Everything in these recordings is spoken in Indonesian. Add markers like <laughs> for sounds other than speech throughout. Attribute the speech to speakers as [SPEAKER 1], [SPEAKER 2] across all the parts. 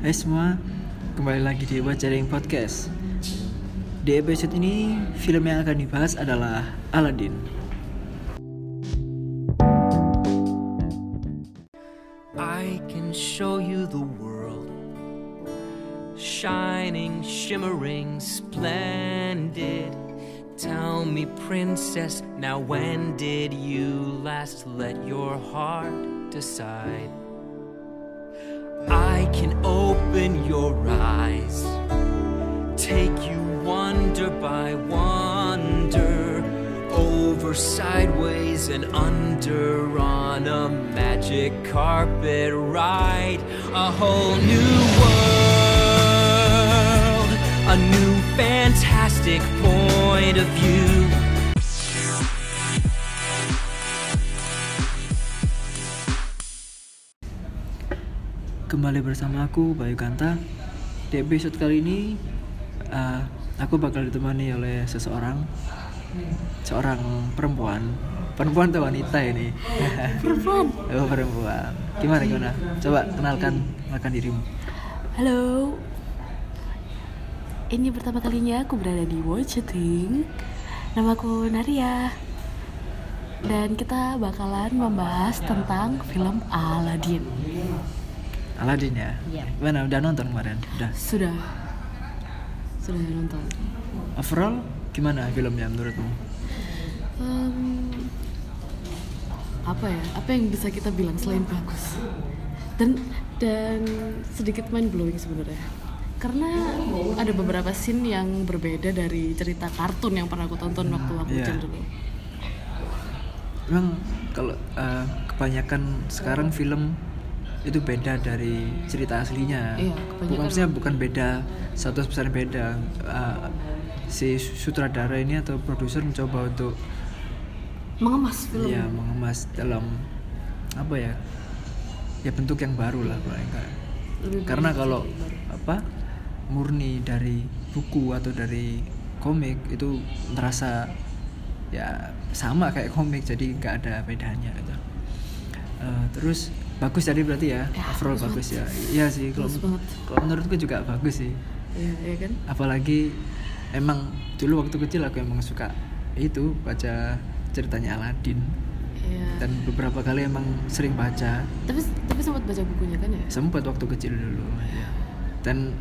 [SPEAKER 1] Hai semua, kembali lagi di Wajaring Podcast. Di episode ini, film yang akan dibahas adalah Aladdin.
[SPEAKER 2] I can show you the world. Shining, shimmering, splendid. Tell me, princess, now when did you last let your heart decide? I can open your eyes, take you wonder by wonder, over sideways and under on a magic carpet ride. A whole new world, a new fantastic point of view.
[SPEAKER 1] Kembali bersama aku, Bayu Ganta. Di episode kali ini, eh, aku bakal ditemani oleh seseorang, seorang perempuan, perempuan atau wanita ini.
[SPEAKER 3] Perempuan.
[SPEAKER 1] <laughs> oh, perempuan. Gimana gimana? Coba kenalkan, kenalkan dirimu.
[SPEAKER 3] Halo. Ini pertama kalinya aku berada di Watcheting. Nama aku Naria. Dan kita bakalan membahas tentang film Aladdin.
[SPEAKER 1] Aladdin ya.
[SPEAKER 3] Iya.
[SPEAKER 1] Gimana? Udah nonton kemarin? Udah.
[SPEAKER 3] Sudah. Sudah nonton.
[SPEAKER 1] Overall, gimana filmnya menurutmu?
[SPEAKER 3] Em, apa ya? Apa yang bisa kita bilang selain bagus? Dan dan sedikit mind blowing sebenarnya. Karena ada beberapa scene yang berbeda dari cerita kartun yang pernah aku tonton waktu aku
[SPEAKER 1] Iya.
[SPEAKER 3] kecil dulu.
[SPEAKER 1] Memang kalau eh, kebanyakan sekarang film itu beda dari cerita aslinya.
[SPEAKER 3] Iya,
[SPEAKER 1] bukan
[SPEAKER 3] kebanyakan.
[SPEAKER 1] maksudnya bukan beda satu persen beda. Eh, si sutradara ini atau produser mencoba untuk
[SPEAKER 3] mengemas film
[SPEAKER 1] ya mengemas dalam apa ya? Ya bentuk yang baru lah mereka.
[SPEAKER 3] lebih
[SPEAKER 1] karena kalau apa murni dari buku atau dari komik itu terasa ya sama kayak komik jadi nggak ada bedanya gitu Eh, terus bagus tadi berarti ya,
[SPEAKER 3] Ya,
[SPEAKER 1] overall bagus
[SPEAKER 3] bagus
[SPEAKER 1] ya iya sih kalau
[SPEAKER 3] Bagus banget.
[SPEAKER 1] kalau menurutku juga bagus sih
[SPEAKER 3] ya, ya kan
[SPEAKER 1] apalagi emang dulu waktu kecil aku emang suka itu baca ceritanya Aladdin
[SPEAKER 3] ya.
[SPEAKER 1] dan beberapa kali emang sering baca
[SPEAKER 3] tapi tapi sempat baca bukunya kan ya
[SPEAKER 1] sempat waktu kecil dulu ya. dan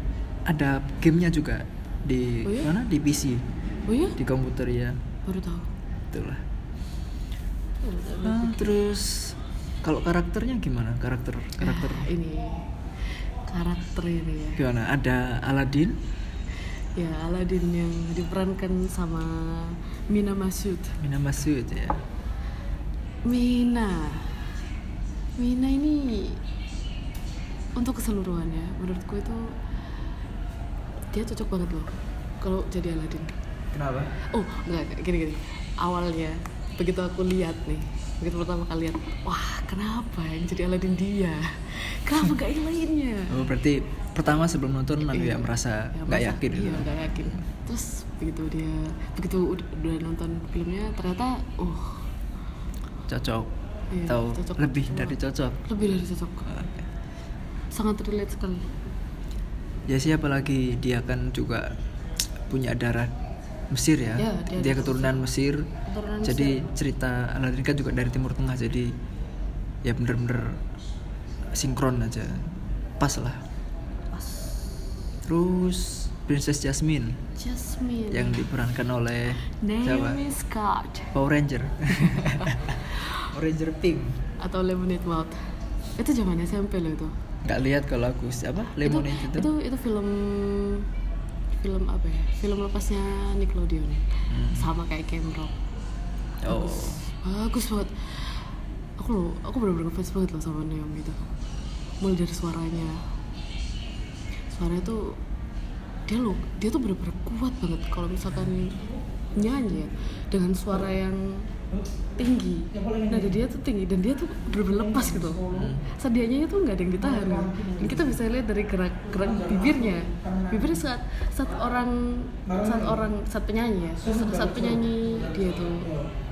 [SPEAKER 1] ada gamenya juga di
[SPEAKER 3] Oh iya?
[SPEAKER 1] mana di PC
[SPEAKER 3] oh iya
[SPEAKER 1] di komputer ya
[SPEAKER 3] baru tahu
[SPEAKER 1] itulah Ah, terus kalau karakternya gimana karakter karakter
[SPEAKER 3] Ah, ini karakter ini ya
[SPEAKER 1] gimana ada Aladdin
[SPEAKER 3] ya Aladdin yang diperankan sama Mina Masud
[SPEAKER 1] Mina Masud ya
[SPEAKER 3] Mina Mina ini untuk keseluruhan ya menurutku itu dia cocok banget loh kalau jadi Aladdin
[SPEAKER 1] kenapa
[SPEAKER 3] Oh, enggak, enggak. gini gini. Awalnya begitu aku lihat nih, begitu pertama kali lihat, wah kenapa yang jadi Aladin dia? Kenapa gak yang lainnya?
[SPEAKER 1] oh, berarti pertama sebelum nonton aku ya merasa
[SPEAKER 3] Ya,
[SPEAKER 1] nggak
[SPEAKER 3] masa-
[SPEAKER 1] yakin gitu.
[SPEAKER 3] Iya, nggak yakin. Terus begitu dia, begitu ud- udah nonton filmnya, ternyata, uh,
[SPEAKER 1] cocok
[SPEAKER 3] Iya,
[SPEAKER 1] atau
[SPEAKER 3] cocok.
[SPEAKER 1] lebih dari cocok Ah,
[SPEAKER 3] lebih dari cocok.
[SPEAKER 1] Oke.
[SPEAKER 3] Sangat relate sekali.
[SPEAKER 1] ya sih apalagi dia kan juga punya darah Mesir ya,
[SPEAKER 3] Ya,
[SPEAKER 1] dia,
[SPEAKER 3] dia
[SPEAKER 1] keturunan Mesir,
[SPEAKER 3] Keturunan
[SPEAKER 1] jadi cerita Aladin kan juga dari Timur Tengah jadi ya bener-bener sinkron aja pas lah terus Princess Jasmine
[SPEAKER 3] Jasmine.
[SPEAKER 1] yang diperankan oleh siapa?
[SPEAKER 3] Naomi Scott
[SPEAKER 1] Power
[SPEAKER 3] <laughs>
[SPEAKER 1] Ranger Power Ranger Pink
[SPEAKER 3] atau Lemonade Mouth. Itu zaman SMP loh itu.
[SPEAKER 1] nggak lihat kalau aku siapa Lemonade itu,
[SPEAKER 3] itu, itu itu film film apa ya film lepasnya Nickelodeon
[SPEAKER 1] Hmm.
[SPEAKER 3] sama kayak Camp Rock
[SPEAKER 1] oh
[SPEAKER 3] bagus banget aku loh aku bener-bener ngefans banget loh sama Naomi itu mulai dari suaranya suaranya tuh dia loh dia tuh bener-bener kuat banget kalau misalkan nyanyi ya dengan suara yang tinggi nah dia tuh tinggi dan dia tuh bener lepas gitu sedianya itu nggak ada yang ditahan kan. dan kita bisa lihat dari gerak gerak bibirnya bibirnya saat saat orang saat orang saat penyanyi ya saat, saat penyanyi dia itu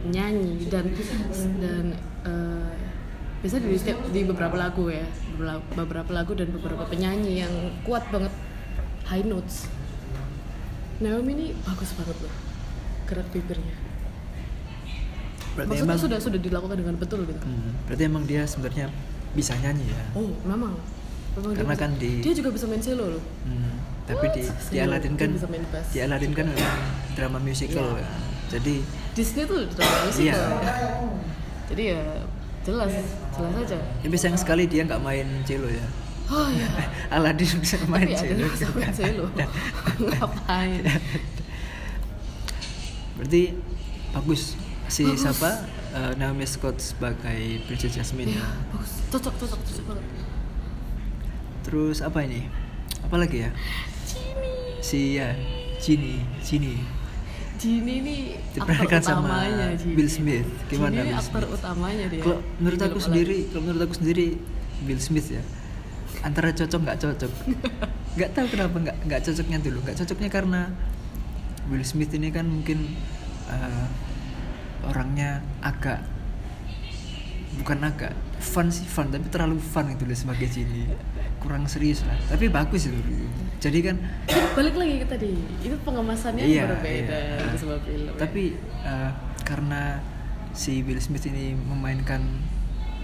[SPEAKER 3] nyanyi dan dan eh, biasanya di setiap di beberapa lagu ya Bela- beberapa lagu dan beberapa penyanyi yang kuat banget high notes Naomi ini bagus banget loh gerak bibirnya
[SPEAKER 1] berarti
[SPEAKER 3] maksudnya
[SPEAKER 1] emang
[SPEAKER 3] sudah sudah dilakukan dengan betul gitu
[SPEAKER 1] Hmm, berarti emang dia sebenarnya bisa nyanyi ya
[SPEAKER 3] oh memang memang dia
[SPEAKER 1] Karena
[SPEAKER 3] bisa-
[SPEAKER 1] kan di-
[SPEAKER 3] dia juga bisa main cello loh
[SPEAKER 1] Hmm, tapi di
[SPEAKER 3] What?
[SPEAKER 1] di Aladdin
[SPEAKER 3] Dia
[SPEAKER 1] kan
[SPEAKER 3] bisa main bass.
[SPEAKER 1] di Aladdin kan memang drama musical
[SPEAKER 3] Iya.
[SPEAKER 1] kan. jadi
[SPEAKER 3] Disney tuh drama musical
[SPEAKER 1] Iya.
[SPEAKER 3] jadi ya jelas jelas aja
[SPEAKER 1] tapi sayang sekali dia nggak main cello ya Eh,
[SPEAKER 3] oh ya
[SPEAKER 1] Aladdin bisa <laughs> main Iya.
[SPEAKER 3] tapi
[SPEAKER 1] cello
[SPEAKER 3] ada yang bisa main cello
[SPEAKER 1] <laughs>
[SPEAKER 3] ngapain
[SPEAKER 1] berarti bagus si
[SPEAKER 3] Bagus.
[SPEAKER 1] siapa eh, Naomi Scott sebagai Princess Jasmine
[SPEAKER 3] ya bagus cocok cocok cocok banget
[SPEAKER 1] terus apa ini apa lagi ya si ya Ginny Ginny
[SPEAKER 3] Gini ini
[SPEAKER 1] Diperankan
[SPEAKER 3] aktor
[SPEAKER 1] sama
[SPEAKER 3] utamanya Gini.
[SPEAKER 1] Will Smith. Gimana
[SPEAKER 3] Gini ini
[SPEAKER 1] Will
[SPEAKER 3] aktor
[SPEAKER 1] Smith?
[SPEAKER 3] utamanya dia
[SPEAKER 1] kalau menurut
[SPEAKER 3] Di
[SPEAKER 1] aku
[SPEAKER 3] film
[SPEAKER 1] sendiri kalau menurut aku sendiri Bill Smith ya antara cocok nggak cocok nggak tahu kenapa nggak nggak cocoknya dulu nggak cocoknya karena Will Smith ini kan mungkin eh, orangnya agak bukan agak fun sih fun tapi terlalu fun gitu loh sebagai Jimmy kurang serius lah tapi bagus itu jadi kan
[SPEAKER 3] Aladdin. <coughs> balik lagi ke tadi itu pengemasannya
[SPEAKER 1] Iya,
[SPEAKER 3] berbeda
[SPEAKER 1] iya.
[SPEAKER 3] dari sebuah film ya.
[SPEAKER 1] tapi eh, karena si Will Smith ini memainkan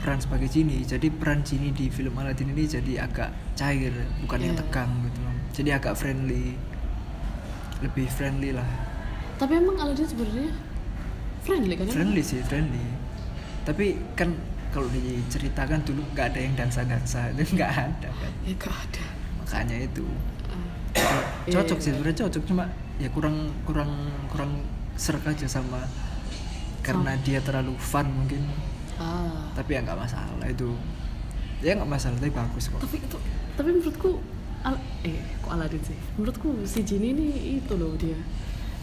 [SPEAKER 1] peran sebagai Genie jadi peran Genie di film Aladdin ini jadi agak cair bukan yang
[SPEAKER 3] Iya.
[SPEAKER 1] tegang gitu loh jadi agak friendly lebih friendly lah
[SPEAKER 3] tapi emang Aladdin sebenarnya friendly kan ya?
[SPEAKER 1] friendly sih friendly tapi kan kalau diceritakan dulu nggak ada yang dansa dansa itu <laughs> nggak ada kan
[SPEAKER 3] ya gak ada
[SPEAKER 1] makanya itu
[SPEAKER 3] Ah. Iya,
[SPEAKER 1] cocok
[SPEAKER 3] iya,
[SPEAKER 1] sih
[SPEAKER 3] iya.
[SPEAKER 1] sebenarnya cocok cuma ya kurang kurang kurang serk aja sama karena dia terlalu fun mungkin
[SPEAKER 3] Ah.
[SPEAKER 1] tapi ya nggak masalah itu ya nggak masalah tapi bagus kok
[SPEAKER 3] Tapi itu tapi menurutku Al- eh kok Aladin sih? Menurutku si Jin ini itu loh dia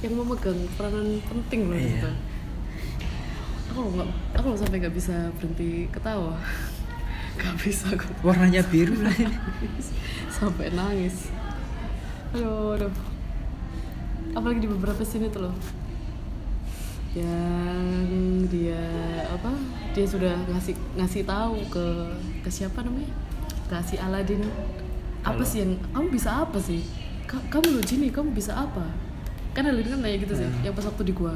[SPEAKER 3] yang memegang peranan penting loh
[SPEAKER 1] Iya.
[SPEAKER 3] gitu. Aku loh nggak aku loh sampai nggak bisa berhenti ketawa. <laughs> Gak bisa aku
[SPEAKER 1] warnanya
[SPEAKER 3] <laughs>
[SPEAKER 1] biru lah ini. <laughs>
[SPEAKER 3] sampai nangis. Aduh, aduh. Apalagi di beberapa scene itu loh yang dia apa dia sudah ngasih ngasih tahu ke ke siapa namanya kasih Aladin
[SPEAKER 1] Halo.
[SPEAKER 3] apa sih yang kamu bisa apa sih Ka- kamu loh Jini kamu bisa apa kan Aladin kan nanya gitu sih
[SPEAKER 1] Hmm.
[SPEAKER 3] yang pas waktu di gua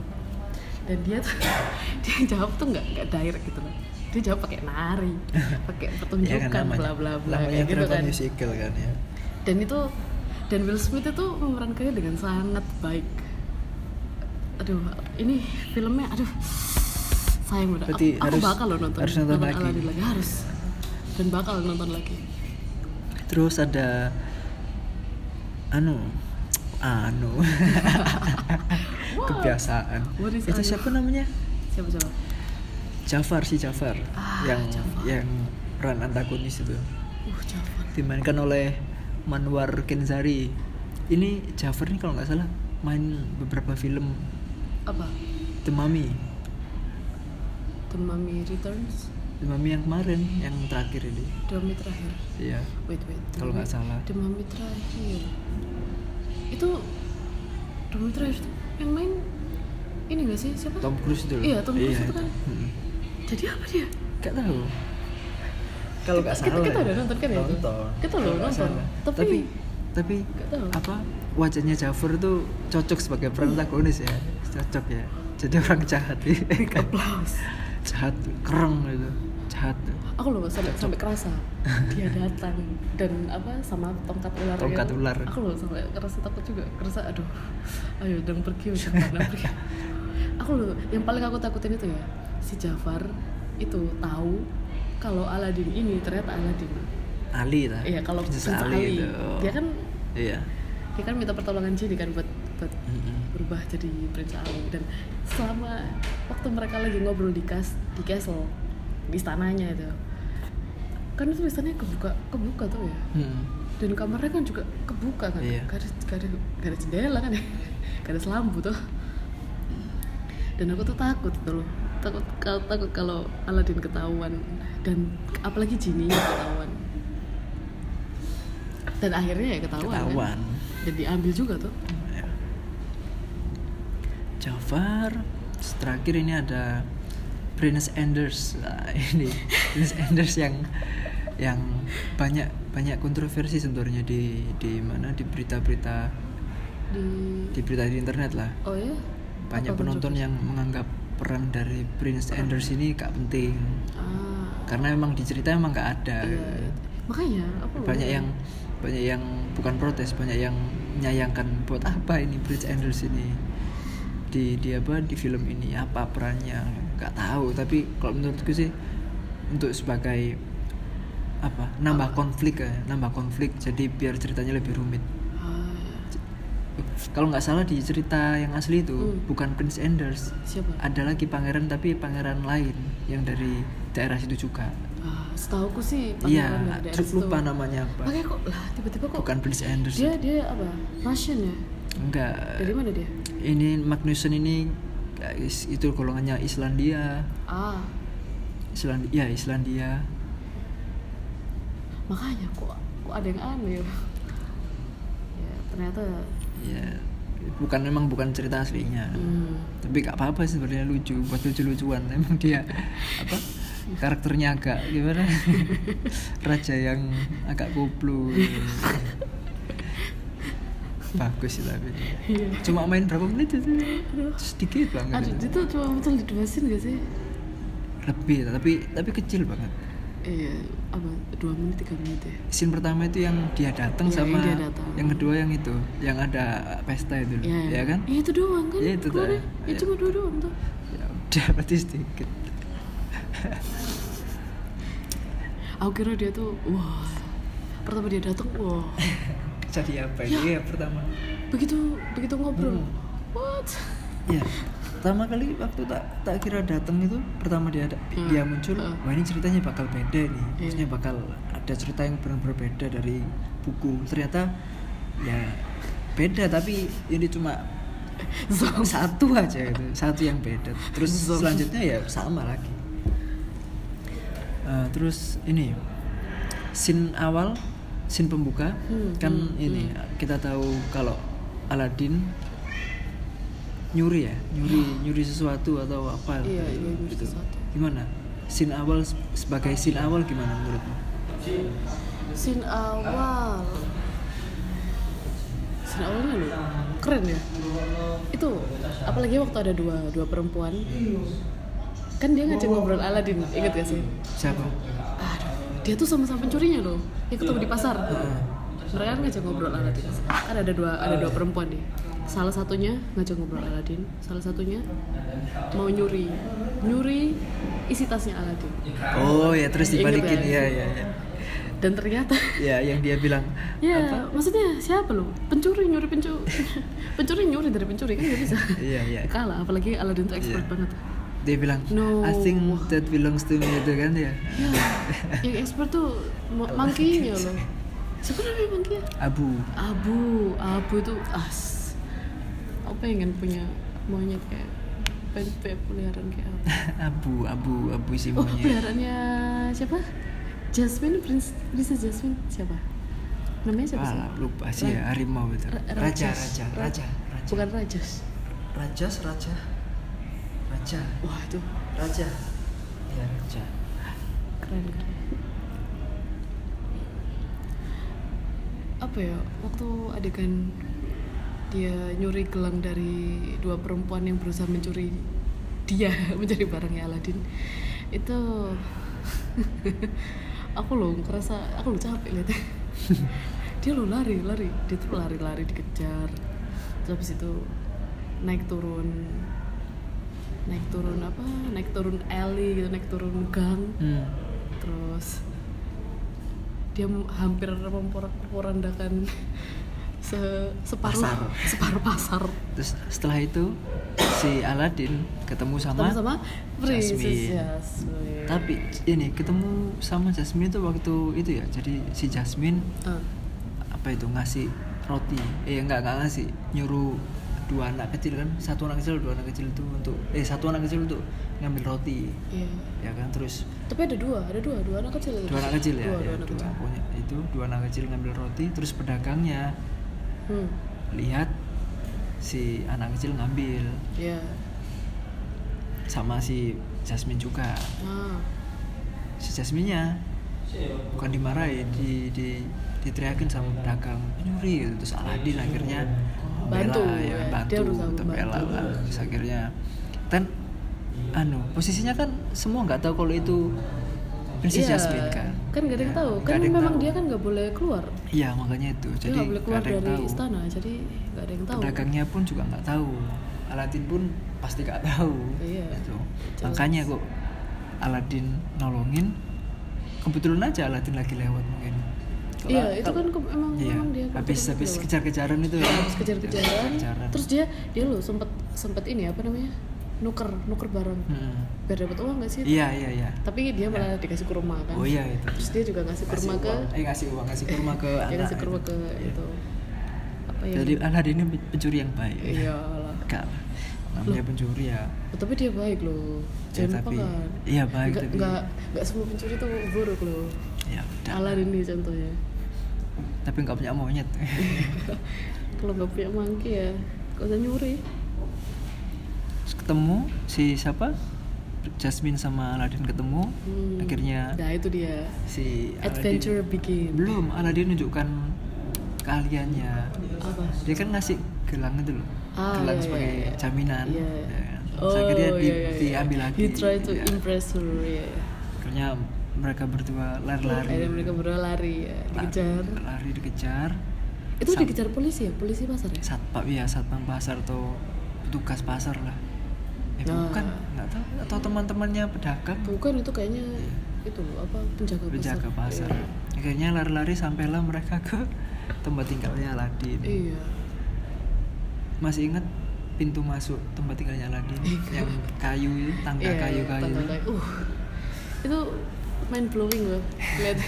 [SPEAKER 3] dan dia tuh <laughs> dia jawab tuh nggak nggak direct gitu loh dia jawab pakai
[SPEAKER 1] <laughs>
[SPEAKER 3] nari pakai
[SPEAKER 1] Iya
[SPEAKER 3] pertunjukan bla bla bla
[SPEAKER 1] namanya
[SPEAKER 3] kayak gitu
[SPEAKER 1] drama
[SPEAKER 3] kan
[SPEAKER 1] musical kan ya
[SPEAKER 3] dan itu dan Will Smith itu memerankannya dengan sangat baik aduh ini filmnya aduh sayang udah
[SPEAKER 1] Berarti
[SPEAKER 3] aku, aku
[SPEAKER 1] harus-
[SPEAKER 3] bakal loh nonton
[SPEAKER 1] harus nonton lagi.
[SPEAKER 3] Aladdin lagi harus dan bakal nonton lagi
[SPEAKER 1] terus ada anu anu <laughs>
[SPEAKER 3] What?
[SPEAKER 1] kebiasaan
[SPEAKER 3] What is
[SPEAKER 1] itu
[SPEAKER 3] anu?
[SPEAKER 1] siapa namanya
[SPEAKER 3] siapa siapa
[SPEAKER 1] Jafar si Jafar
[SPEAKER 3] Ah,
[SPEAKER 1] yang
[SPEAKER 3] Jafar.
[SPEAKER 1] yang peran antagonis itu
[SPEAKER 3] uh Jafar
[SPEAKER 1] dimainkan oleh Manwar Kenzari. Ini Jafar nih kalau nggak salah main beberapa film
[SPEAKER 3] apa
[SPEAKER 1] The Mummy.
[SPEAKER 3] The Mummy Returns
[SPEAKER 1] The Mummy yang kemarin, yang terakhir ini.
[SPEAKER 3] The Mummy terakhir
[SPEAKER 1] Iya.
[SPEAKER 3] wait wait The
[SPEAKER 1] Kalau nggak
[SPEAKER 3] Mummy-
[SPEAKER 1] salah.
[SPEAKER 3] The Mummy terakhir itu The Mummy terakhir itu yang main ini nggak sih siapa
[SPEAKER 1] Tom Cruise itu. loh.
[SPEAKER 3] Iya, Tom Cruise itu kan.
[SPEAKER 1] Mm-mm.
[SPEAKER 3] jadi apa dia
[SPEAKER 1] Nggak tahu. Kalau nggak
[SPEAKER 3] Kita-
[SPEAKER 1] salah.
[SPEAKER 3] kita
[SPEAKER 1] ya.
[SPEAKER 3] udah nonton kan ya itu?
[SPEAKER 1] Nonton.
[SPEAKER 3] Kita
[SPEAKER 1] Kalau
[SPEAKER 3] loh
[SPEAKER 1] nggak
[SPEAKER 3] nonton.
[SPEAKER 1] salah.
[SPEAKER 3] Tapi-
[SPEAKER 1] tapi tapi
[SPEAKER 3] Nggak tahu.
[SPEAKER 1] apa wajahnya Jafar tuh cocok sebagai
[SPEAKER 3] Mm.
[SPEAKER 1] peran antagonis ya cocok ya jadi orang jahat <laughs> Kan?
[SPEAKER 3] applause
[SPEAKER 1] jahat kereng gitu jahat
[SPEAKER 3] aku loh sampai sampai kerasa dia datang dan apa sama tongkat ular
[SPEAKER 1] Tongkat
[SPEAKER 3] itu.
[SPEAKER 1] ular.
[SPEAKER 3] aku loh sampai kerasa takut juga kerasa aduh ayo dong pergi udah
[SPEAKER 1] <laughs>
[SPEAKER 3] mana pergi aku loh yang paling aku takutin itu ya si Jafar itu tahu kalau Aladin ini ternyata Aladin
[SPEAKER 1] Ali lah
[SPEAKER 3] iya kalau
[SPEAKER 1] Nah, Princess
[SPEAKER 3] Prince
[SPEAKER 1] Ali itu.
[SPEAKER 3] dia kan
[SPEAKER 1] iya
[SPEAKER 3] dia kan minta pertolongan Jin kan buat buat
[SPEAKER 1] Mm-mm.
[SPEAKER 3] berubah jadi Prince Ali dan selama waktu mereka lagi ngobrol di kas di castle di istananya itu kan itu istananya kebuka kebuka tuh ya
[SPEAKER 1] Mm-mm.
[SPEAKER 3] dan kamarnya kan juga kebuka kan
[SPEAKER 1] Iya.
[SPEAKER 3] gak, ada, gak ada gak ada <laughs> jendela kan ya gak ada selambu tuh dan aku tuh takut tuh loh takut kalau takut kalau Aladin ketahuan dan apalagi Jini yang ketahuan dan akhirnya ya ketahuan, kan?
[SPEAKER 1] Ketahuan.
[SPEAKER 3] dan diambil juga tuh
[SPEAKER 1] Ya. Jafar Terus terakhir ini ada Prince Anders Nah, <laughs> ini Prince Anders yang yang banyak banyak kontroversi sebenarnya di di mana di berita-berita
[SPEAKER 3] di
[SPEAKER 1] di berita di internet lah
[SPEAKER 3] oh ya
[SPEAKER 1] banyak
[SPEAKER 3] Apa
[SPEAKER 1] penonton
[SPEAKER 3] kontroversi?
[SPEAKER 1] yang menganggap peran dari Prince Anders ini gak penting
[SPEAKER 3] ah
[SPEAKER 1] karena emang di cerita emang gak ada
[SPEAKER 3] iya. makanya
[SPEAKER 1] Ya,
[SPEAKER 3] apa
[SPEAKER 1] Hmm. banyak yang banyak yang bukan protes banyak yang menyayangkan buat apa ini Bridge Enders ini di di apa di film ini apa perannya nggak tahu tapi kalau menurutku sih untuk sebagai apa nambah konflik ya nambah konflik jadi biar ceritanya lebih rumit
[SPEAKER 3] Ah,
[SPEAKER 1] kalau nggak salah di cerita yang asli itu
[SPEAKER 3] Hmm.
[SPEAKER 1] bukan Prince Enders
[SPEAKER 3] siapa
[SPEAKER 1] ada lagi pangeran tapi pangeran lain yang dari daerah situ juga
[SPEAKER 3] ah, setauku sih pangeran
[SPEAKER 1] iya
[SPEAKER 3] dari daerah situ.
[SPEAKER 1] cukup lupa namanya apa
[SPEAKER 3] makanya kok lah tiba-tiba kok
[SPEAKER 1] bukan Prince Enders
[SPEAKER 3] dia dia apa Russian ya
[SPEAKER 1] Enggak.
[SPEAKER 3] dari mana dia
[SPEAKER 1] Ini Magnussen ini guys, itu golongannya Islandia.
[SPEAKER 3] ah
[SPEAKER 1] Islandia, ya Islandia.
[SPEAKER 3] makanya kok kok ada yang aneh ya Ya, ternyata
[SPEAKER 1] Ya, bukan memang bukan cerita aslinya.
[SPEAKER 3] hmm,
[SPEAKER 1] Tapi gak apa-apa sih sebenarnya lucu, buat lucu-lucuan. <laughs> Emang dia apa? Karakternya agak gimana? <laughs> Raja yang agak
[SPEAKER 3] <laughs>
[SPEAKER 1] koplo. Bagus sih tapi.
[SPEAKER 3] Iya.
[SPEAKER 1] Cuma main berapa menit itu? Sedikit banget.
[SPEAKER 3] aduh
[SPEAKER 1] itu.
[SPEAKER 3] dia tuh cuma muncul di dua scene gak sih
[SPEAKER 1] Lebih, tapi tapi kecil banget.
[SPEAKER 3] iya apa dua menit tiga menit ya
[SPEAKER 1] scene pertama itu yang dia datang
[SPEAKER 3] Iya,
[SPEAKER 1] sama
[SPEAKER 3] yang dia datang.
[SPEAKER 1] yang kedua yang itu yang ada pesta itu loh, ya kan
[SPEAKER 3] Iya, itu doang kan
[SPEAKER 1] Iya, itu tuh.
[SPEAKER 3] keluarnya. ya,
[SPEAKER 1] Iya.
[SPEAKER 3] cuma dua doang tuh
[SPEAKER 1] ya udah <laughs> berarti sedikit
[SPEAKER 3] aku kira dia tuh wah pertama dia datang wah
[SPEAKER 1] jadi apa ini ya pertama
[SPEAKER 3] begitu begitu ngobrol
[SPEAKER 1] Hmm.
[SPEAKER 3] what
[SPEAKER 1] ya pertama kali waktu tak tak kira datang itu pertama dia ada-
[SPEAKER 3] Hmm,
[SPEAKER 1] dia muncul
[SPEAKER 3] hmm.
[SPEAKER 1] wah ini ceritanya bakal beda nih
[SPEAKER 3] Iya.
[SPEAKER 1] maksudnya bakal ada cerita yang benar-benar beda dari buku ternyata ya beda tapi ini cuma
[SPEAKER 3] Zong.
[SPEAKER 1] satu aja gitu satu yang beda terus
[SPEAKER 3] Zong.
[SPEAKER 1] selanjutnya ya sama lagi Eh, terus ini scene awal scene pembuka
[SPEAKER 3] Hmm,
[SPEAKER 1] kan
[SPEAKER 3] hmm,
[SPEAKER 1] ini kita tahu kalau Aladdin nyuri ya nyuri nyuri sesuatu atau apa
[SPEAKER 3] Iya,
[SPEAKER 1] gitu.
[SPEAKER 3] iya, nyuri
[SPEAKER 1] Gitu.
[SPEAKER 3] sesuatu.
[SPEAKER 1] gimana scene awal se- sebagai scene awal gimana menurutmu
[SPEAKER 3] Sin awal. Sin awalnya loh, keren ya. Itu apalagi waktu ada dua dua perempuan. Kan dia ngajak ngobrol Aladin, inget gak sih?
[SPEAKER 1] siapa
[SPEAKER 3] Aduh, dia tuh sama-sama pencurinya loh. Yang ketemu di pasar. Mereka kan ngajak ngobrol Aladin. Kan ada dua ada dua perempuan nih. Salah satunya ngajak ngobrol Aladin, salah satunya mau nyuri. Nyuri isi tasnya Aladin.
[SPEAKER 1] oh ya terus
[SPEAKER 3] Ingat
[SPEAKER 1] dibalikin
[SPEAKER 3] kan?
[SPEAKER 1] ya ya ya
[SPEAKER 3] Dan ternyata <laughs>
[SPEAKER 1] ya yang dia bilang
[SPEAKER 3] Ya, maksudnya siapa lo? Pencuri nyuri pencuri. <laughs> pencuri nyuri dari pencuri kan gak bisa.
[SPEAKER 1] Iya, iya.
[SPEAKER 3] Kalah, apalagi Aladin tuh expert
[SPEAKER 1] Iya.
[SPEAKER 3] banget.
[SPEAKER 1] dia bilang
[SPEAKER 3] No.
[SPEAKER 1] I think that belongs to me itu kan ya
[SPEAKER 3] Ya, yang expert tuh
[SPEAKER 1] <laughs>
[SPEAKER 3] ma- monkey-nya loh. Siapa namanya monkey
[SPEAKER 1] abu <laughs>
[SPEAKER 3] Abu, Abu itu as. Aku pengen punya monyet kayak pengen punya peliharaan kayak Abu.
[SPEAKER 1] abu abu abu si
[SPEAKER 3] Oh,
[SPEAKER 1] monyet
[SPEAKER 3] peliharaannya siapa? Jasmine, Prince, Princess Jasmine siapa? Namanya siapa sih?
[SPEAKER 1] Alah, Ah, lupa sih ya harimau itu
[SPEAKER 3] Ra-
[SPEAKER 1] raja
[SPEAKER 3] Rajas.
[SPEAKER 1] raja
[SPEAKER 3] Ra-
[SPEAKER 1] raja raja
[SPEAKER 3] Bukan Rajas.
[SPEAKER 1] rajas raja raja
[SPEAKER 3] Wah, itu
[SPEAKER 1] raja ya raja
[SPEAKER 3] keren kan apa ya waktu adegan dia nyuri gelang dari dua perempuan yang berusaha mencuri dia <laughs> mencuri barangnya Aladin itu <laughs> aku loh ngerasa aku loh capek liatnya <laughs> dia loh lari lari dia tuh lari lari dikejar terus habis itu naik turun naik turun apa naik turun alley gitu naik turun gang
[SPEAKER 1] hmm.
[SPEAKER 3] terus dia m- hampir memporak-porandakan <laughs> se separuh
[SPEAKER 1] Pasar.
[SPEAKER 3] <laughs> separuh pasar
[SPEAKER 1] terus setelah itu si Aladin ketemu sama
[SPEAKER 3] sama-sama Princess
[SPEAKER 1] Jasmine.
[SPEAKER 3] Jasmine.
[SPEAKER 1] tapi ini ketemu sama Jasmine itu waktu itu ya jadi si Jasmine
[SPEAKER 3] Ah,
[SPEAKER 1] apa itu ngasih roti eh enggak enggak ngasih nyuruh dua anak kecil kan satu anak kecil dua anak kecil itu untuk eh satu anak kecil untuk ngambil roti
[SPEAKER 3] Iya.
[SPEAKER 1] ya kan terus
[SPEAKER 3] Tapi ada dua, ada dua, dua anak kecil.
[SPEAKER 1] dua anak kecil ya,
[SPEAKER 3] Dua,
[SPEAKER 1] ya,
[SPEAKER 3] dua anak
[SPEAKER 1] dua.
[SPEAKER 3] kecil.
[SPEAKER 1] Pokoknya itu dua anak kecil ngambil roti terus pedagangnya
[SPEAKER 3] Hmm.
[SPEAKER 1] lihat si anak kecil ngambil
[SPEAKER 3] Iya.
[SPEAKER 1] sama si Jasmine juga
[SPEAKER 3] Ah.
[SPEAKER 1] si Jasminnya bukan dimarahin di di diteriakin sama pedagang penyuri gitu. terus Aladin akhirnya
[SPEAKER 3] Bantu,
[SPEAKER 1] bela, ya,
[SPEAKER 3] ya. Dia
[SPEAKER 1] bantu
[SPEAKER 3] berusaha
[SPEAKER 1] untuk bela
[SPEAKER 3] membantu.
[SPEAKER 1] lah terus akhirnya dan anu posisinya kan semua nggak tahu kalau itu Princess
[SPEAKER 3] Iya.
[SPEAKER 1] Jasmine kan
[SPEAKER 3] Kan gak ada yang
[SPEAKER 1] Ya,
[SPEAKER 3] tahu.
[SPEAKER 1] nggak
[SPEAKER 3] Kan
[SPEAKER 1] ada yang
[SPEAKER 3] memang
[SPEAKER 1] tahu.
[SPEAKER 3] dia kan gak boleh keluar.
[SPEAKER 1] iya makanya itu
[SPEAKER 3] Dia
[SPEAKER 1] jadi
[SPEAKER 3] nggak boleh
[SPEAKER 1] nggak
[SPEAKER 3] keluar
[SPEAKER 1] ada yang
[SPEAKER 3] dari
[SPEAKER 1] tahu
[SPEAKER 3] istana, jadi nggak ada yang tahu.
[SPEAKER 1] pedagangnya pun juga nggak tahu Aladin pun pasti nggak tahu
[SPEAKER 3] Iya.
[SPEAKER 1] gitu.
[SPEAKER 3] Jelas.
[SPEAKER 1] makanya kok Aladin nolongin kebetulan aja Aladin lagi lewat mungkin Kalau-
[SPEAKER 3] Iya, itu
[SPEAKER 1] kalau-
[SPEAKER 3] kan ke- emang
[SPEAKER 1] iya,
[SPEAKER 3] memang dia
[SPEAKER 1] habis
[SPEAKER 3] kebetulan
[SPEAKER 1] habis
[SPEAKER 3] lewat.
[SPEAKER 1] kejar-kejaran itu ya
[SPEAKER 3] Terus kejar-kejaran,
[SPEAKER 1] Kejar-kejaran.
[SPEAKER 3] terus dia dia loh sempet sempet ini apa namanya nuker nuker barang
[SPEAKER 1] Mm.
[SPEAKER 3] biar dapat uang gak sih?
[SPEAKER 1] iya iya iya
[SPEAKER 3] Tapi dia malah dikasih kurma gitu. kan?
[SPEAKER 1] oh iya itu
[SPEAKER 3] Terus dia juga ngasih
[SPEAKER 1] Ngasih
[SPEAKER 3] kurma ke,
[SPEAKER 1] uang. eh ngasih uang
[SPEAKER 3] <laughs>
[SPEAKER 1] ngasih kurma ke
[SPEAKER 3] dia
[SPEAKER 1] anak
[SPEAKER 3] ngasih kurma
[SPEAKER 1] itu.
[SPEAKER 3] ke
[SPEAKER 1] Iya.
[SPEAKER 3] itu apa ya?
[SPEAKER 1] jadi Aladin ini pencuri yang baik
[SPEAKER 3] Iya lah.
[SPEAKER 1] enggak lah. namanya pencuri ya
[SPEAKER 3] Oh, tapi dia baik loh.
[SPEAKER 1] Ya,
[SPEAKER 3] Jangan lupa
[SPEAKER 1] tapi-
[SPEAKER 3] kan?
[SPEAKER 1] iya, baik,
[SPEAKER 3] Nggak-
[SPEAKER 1] tapi-
[SPEAKER 3] nggak nggak semua pencuri tuh buruk loh.
[SPEAKER 1] ya udah
[SPEAKER 3] Alar ini contohnya.
[SPEAKER 1] tapi nggak punya
[SPEAKER 3] <laughs>
[SPEAKER 1] monyet
[SPEAKER 3] Kalau nggak punya mangki ya, gak usah nyuri.
[SPEAKER 1] Terus ketemu si siapa Jasmine sama Aladin ketemu
[SPEAKER 3] Hmm.
[SPEAKER 1] akhirnya
[SPEAKER 3] Nah itu dia.
[SPEAKER 1] si
[SPEAKER 3] Adventure
[SPEAKER 1] Aladin
[SPEAKER 3] begin.
[SPEAKER 1] belum Aladin nunjukkan keahliannya
[SPEAKER 3] Apa?
[SPEAKER 1] dia kan ngasih gelang itu loh
[SPEAKER 3] Ah,
[SPEAKER 1] gelang
[SPEAKER 3] iya, iya,
[SPEAKER 1] sebagai
[SPEAKER 3] iya.
[SPEAKER 1] jaminan
[SPEAKER 3] Iya.
[SPEAKER 1] ya kan.
[SPEAKER 3] Oh,
[SPEAKER 1] Terus akhirnya di,
[SPEAKER 3] iya, iya, iya.
[SPEAKER 1] diambil lagi
[SPEAKER 3] He tried to
[SPEAKER 1] ya.
[SPEAKER 3] impress her, ya.
[SPEAKER 1] akhirnya mereka berdua lari-lari
[SPEAKER 3] Akhirnya mereka berdua lari ya,
[SPEAKER 1] Lari-
[SPEAKER 3] dikejar.
[SPEAKER 1] lari dikejar
[SPEAKER 3] Itu
[SPEAKER 1] Sam-
[SPEAKER 3] dikejar polisi ya, polisi pasar ya.
[SPEAKER 1] satpam ya satpam pasar atau petugas pasar lah eh
[SPEAKER 3] Nah. Hmm.
[SPEAKER 1] bukan nggak tahu atau teman-temannya pedagang
[SPEAKER 3] Bukan itu kayaknya itu loh, apa penjaga pasar.
[SPEAKER 1] penjaga pasar.
[SPEAKER 3] Iya.
[SPEAKER 1] Akhirnya lari-lari sampailah mereka ke tempat tinggalnya Aladin.
[SPEAKER 3] Iya.
[SPEAKER 1] Masih ingat pintu masuk tempat tinggalnya Aladin yang kayu itu, tangga
[SPEAKER 3] Iya,
[SPEAKER 1] kayu-kayu.
[SPEAKER 3] tangga kayu. Uh, itu mind blowing loh. Lihat.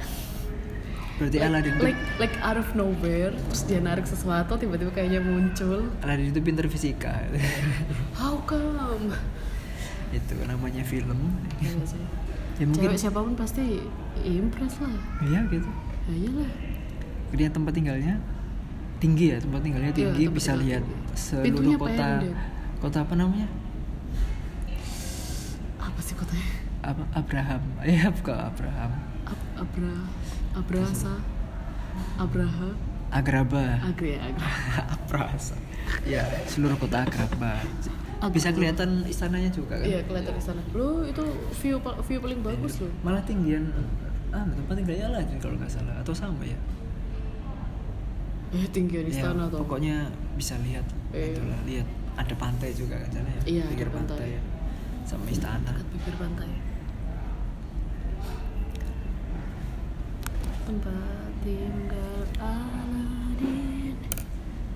[SPEAKER 1] <laughs> Berarti Aladin itu,
[SPEAKER 3] like, like out of nowhere, terus dia narik sesuatu tiba-tiba kayaknya muncul.
[SPEAKER 1] Aladin itu pinter fisika.
[SPEAKER 3] Iya. How come?
[SPEAKER 1] itu namanya film.
[SPEAKER 3] Iya nggak sih?
[SPEAKER 1] Ya mungkin
[SPEAKER 3] Cewek siapapun pasti impress lah.
[SPEAKER 1] iya gitu.
[SPEAKER 3] Ya iyalah.
[SPEAKER 1] Akhirnya tempat tinggalnya tinggi ya, tempat tinggalnya
[SPEAKER 3] Iya,
[SPEAKER 1] tinggi
[SPEAKER 3] tempat
[SPEAKER 1] bisa
[SPEAKER 3] tinggal
[SPEAKER 1] lihat
[SPEAKER 3] tinggi.
[SPEAKER 1] seluruh
[SPEAKER 3] Pintunya
[SPEAKER 1] kota.
[SPEAKER 3] pendek.
[SPEAKER 1] Kota apa namanya?
[SPEAKER 3] apa sih kotanya
[SPEAKER 1] Apa Abraham. <laughs> Ya, bukan Abraham.
[SPEAKER 3] Ab- Abra Abrasa Abraha
[SPEAKER 1] Agraba.
[SPEAKER 3] Agri ya, Agri
[SPEAKER 1] <laughs> Prasa. Ya, seluruh kota Agraba. Bisa kelihatan istananya juga kan?
[SPEAKER 3] iya kelihatan di sana lo itu view pa- view paling bagus loh
[SPEAKER 1] Malah tinggian ah tempat tinggalnya Aladin kalau nggak salah atau sama ya.
[SPEAKER 3] eh tinggian di
[SPEAKER 1] ya,
[SPEAKER 3] sana tuh
[SPEAKER 1] pokoknya bisa lihat
[SPEAKER 3] Iya.
[SPEAKER 1] itulah lihat ada pantai juga kan sana ya.
[SPEAKER 3] Iya, ada
[SPEAKER 1] pinggir
[SPEAKER 3] pantai.
[SPEAKER 1] pantai. Sama istana.
[SPEAKER 3] dekat bibir pantai tempat tinggal Aladin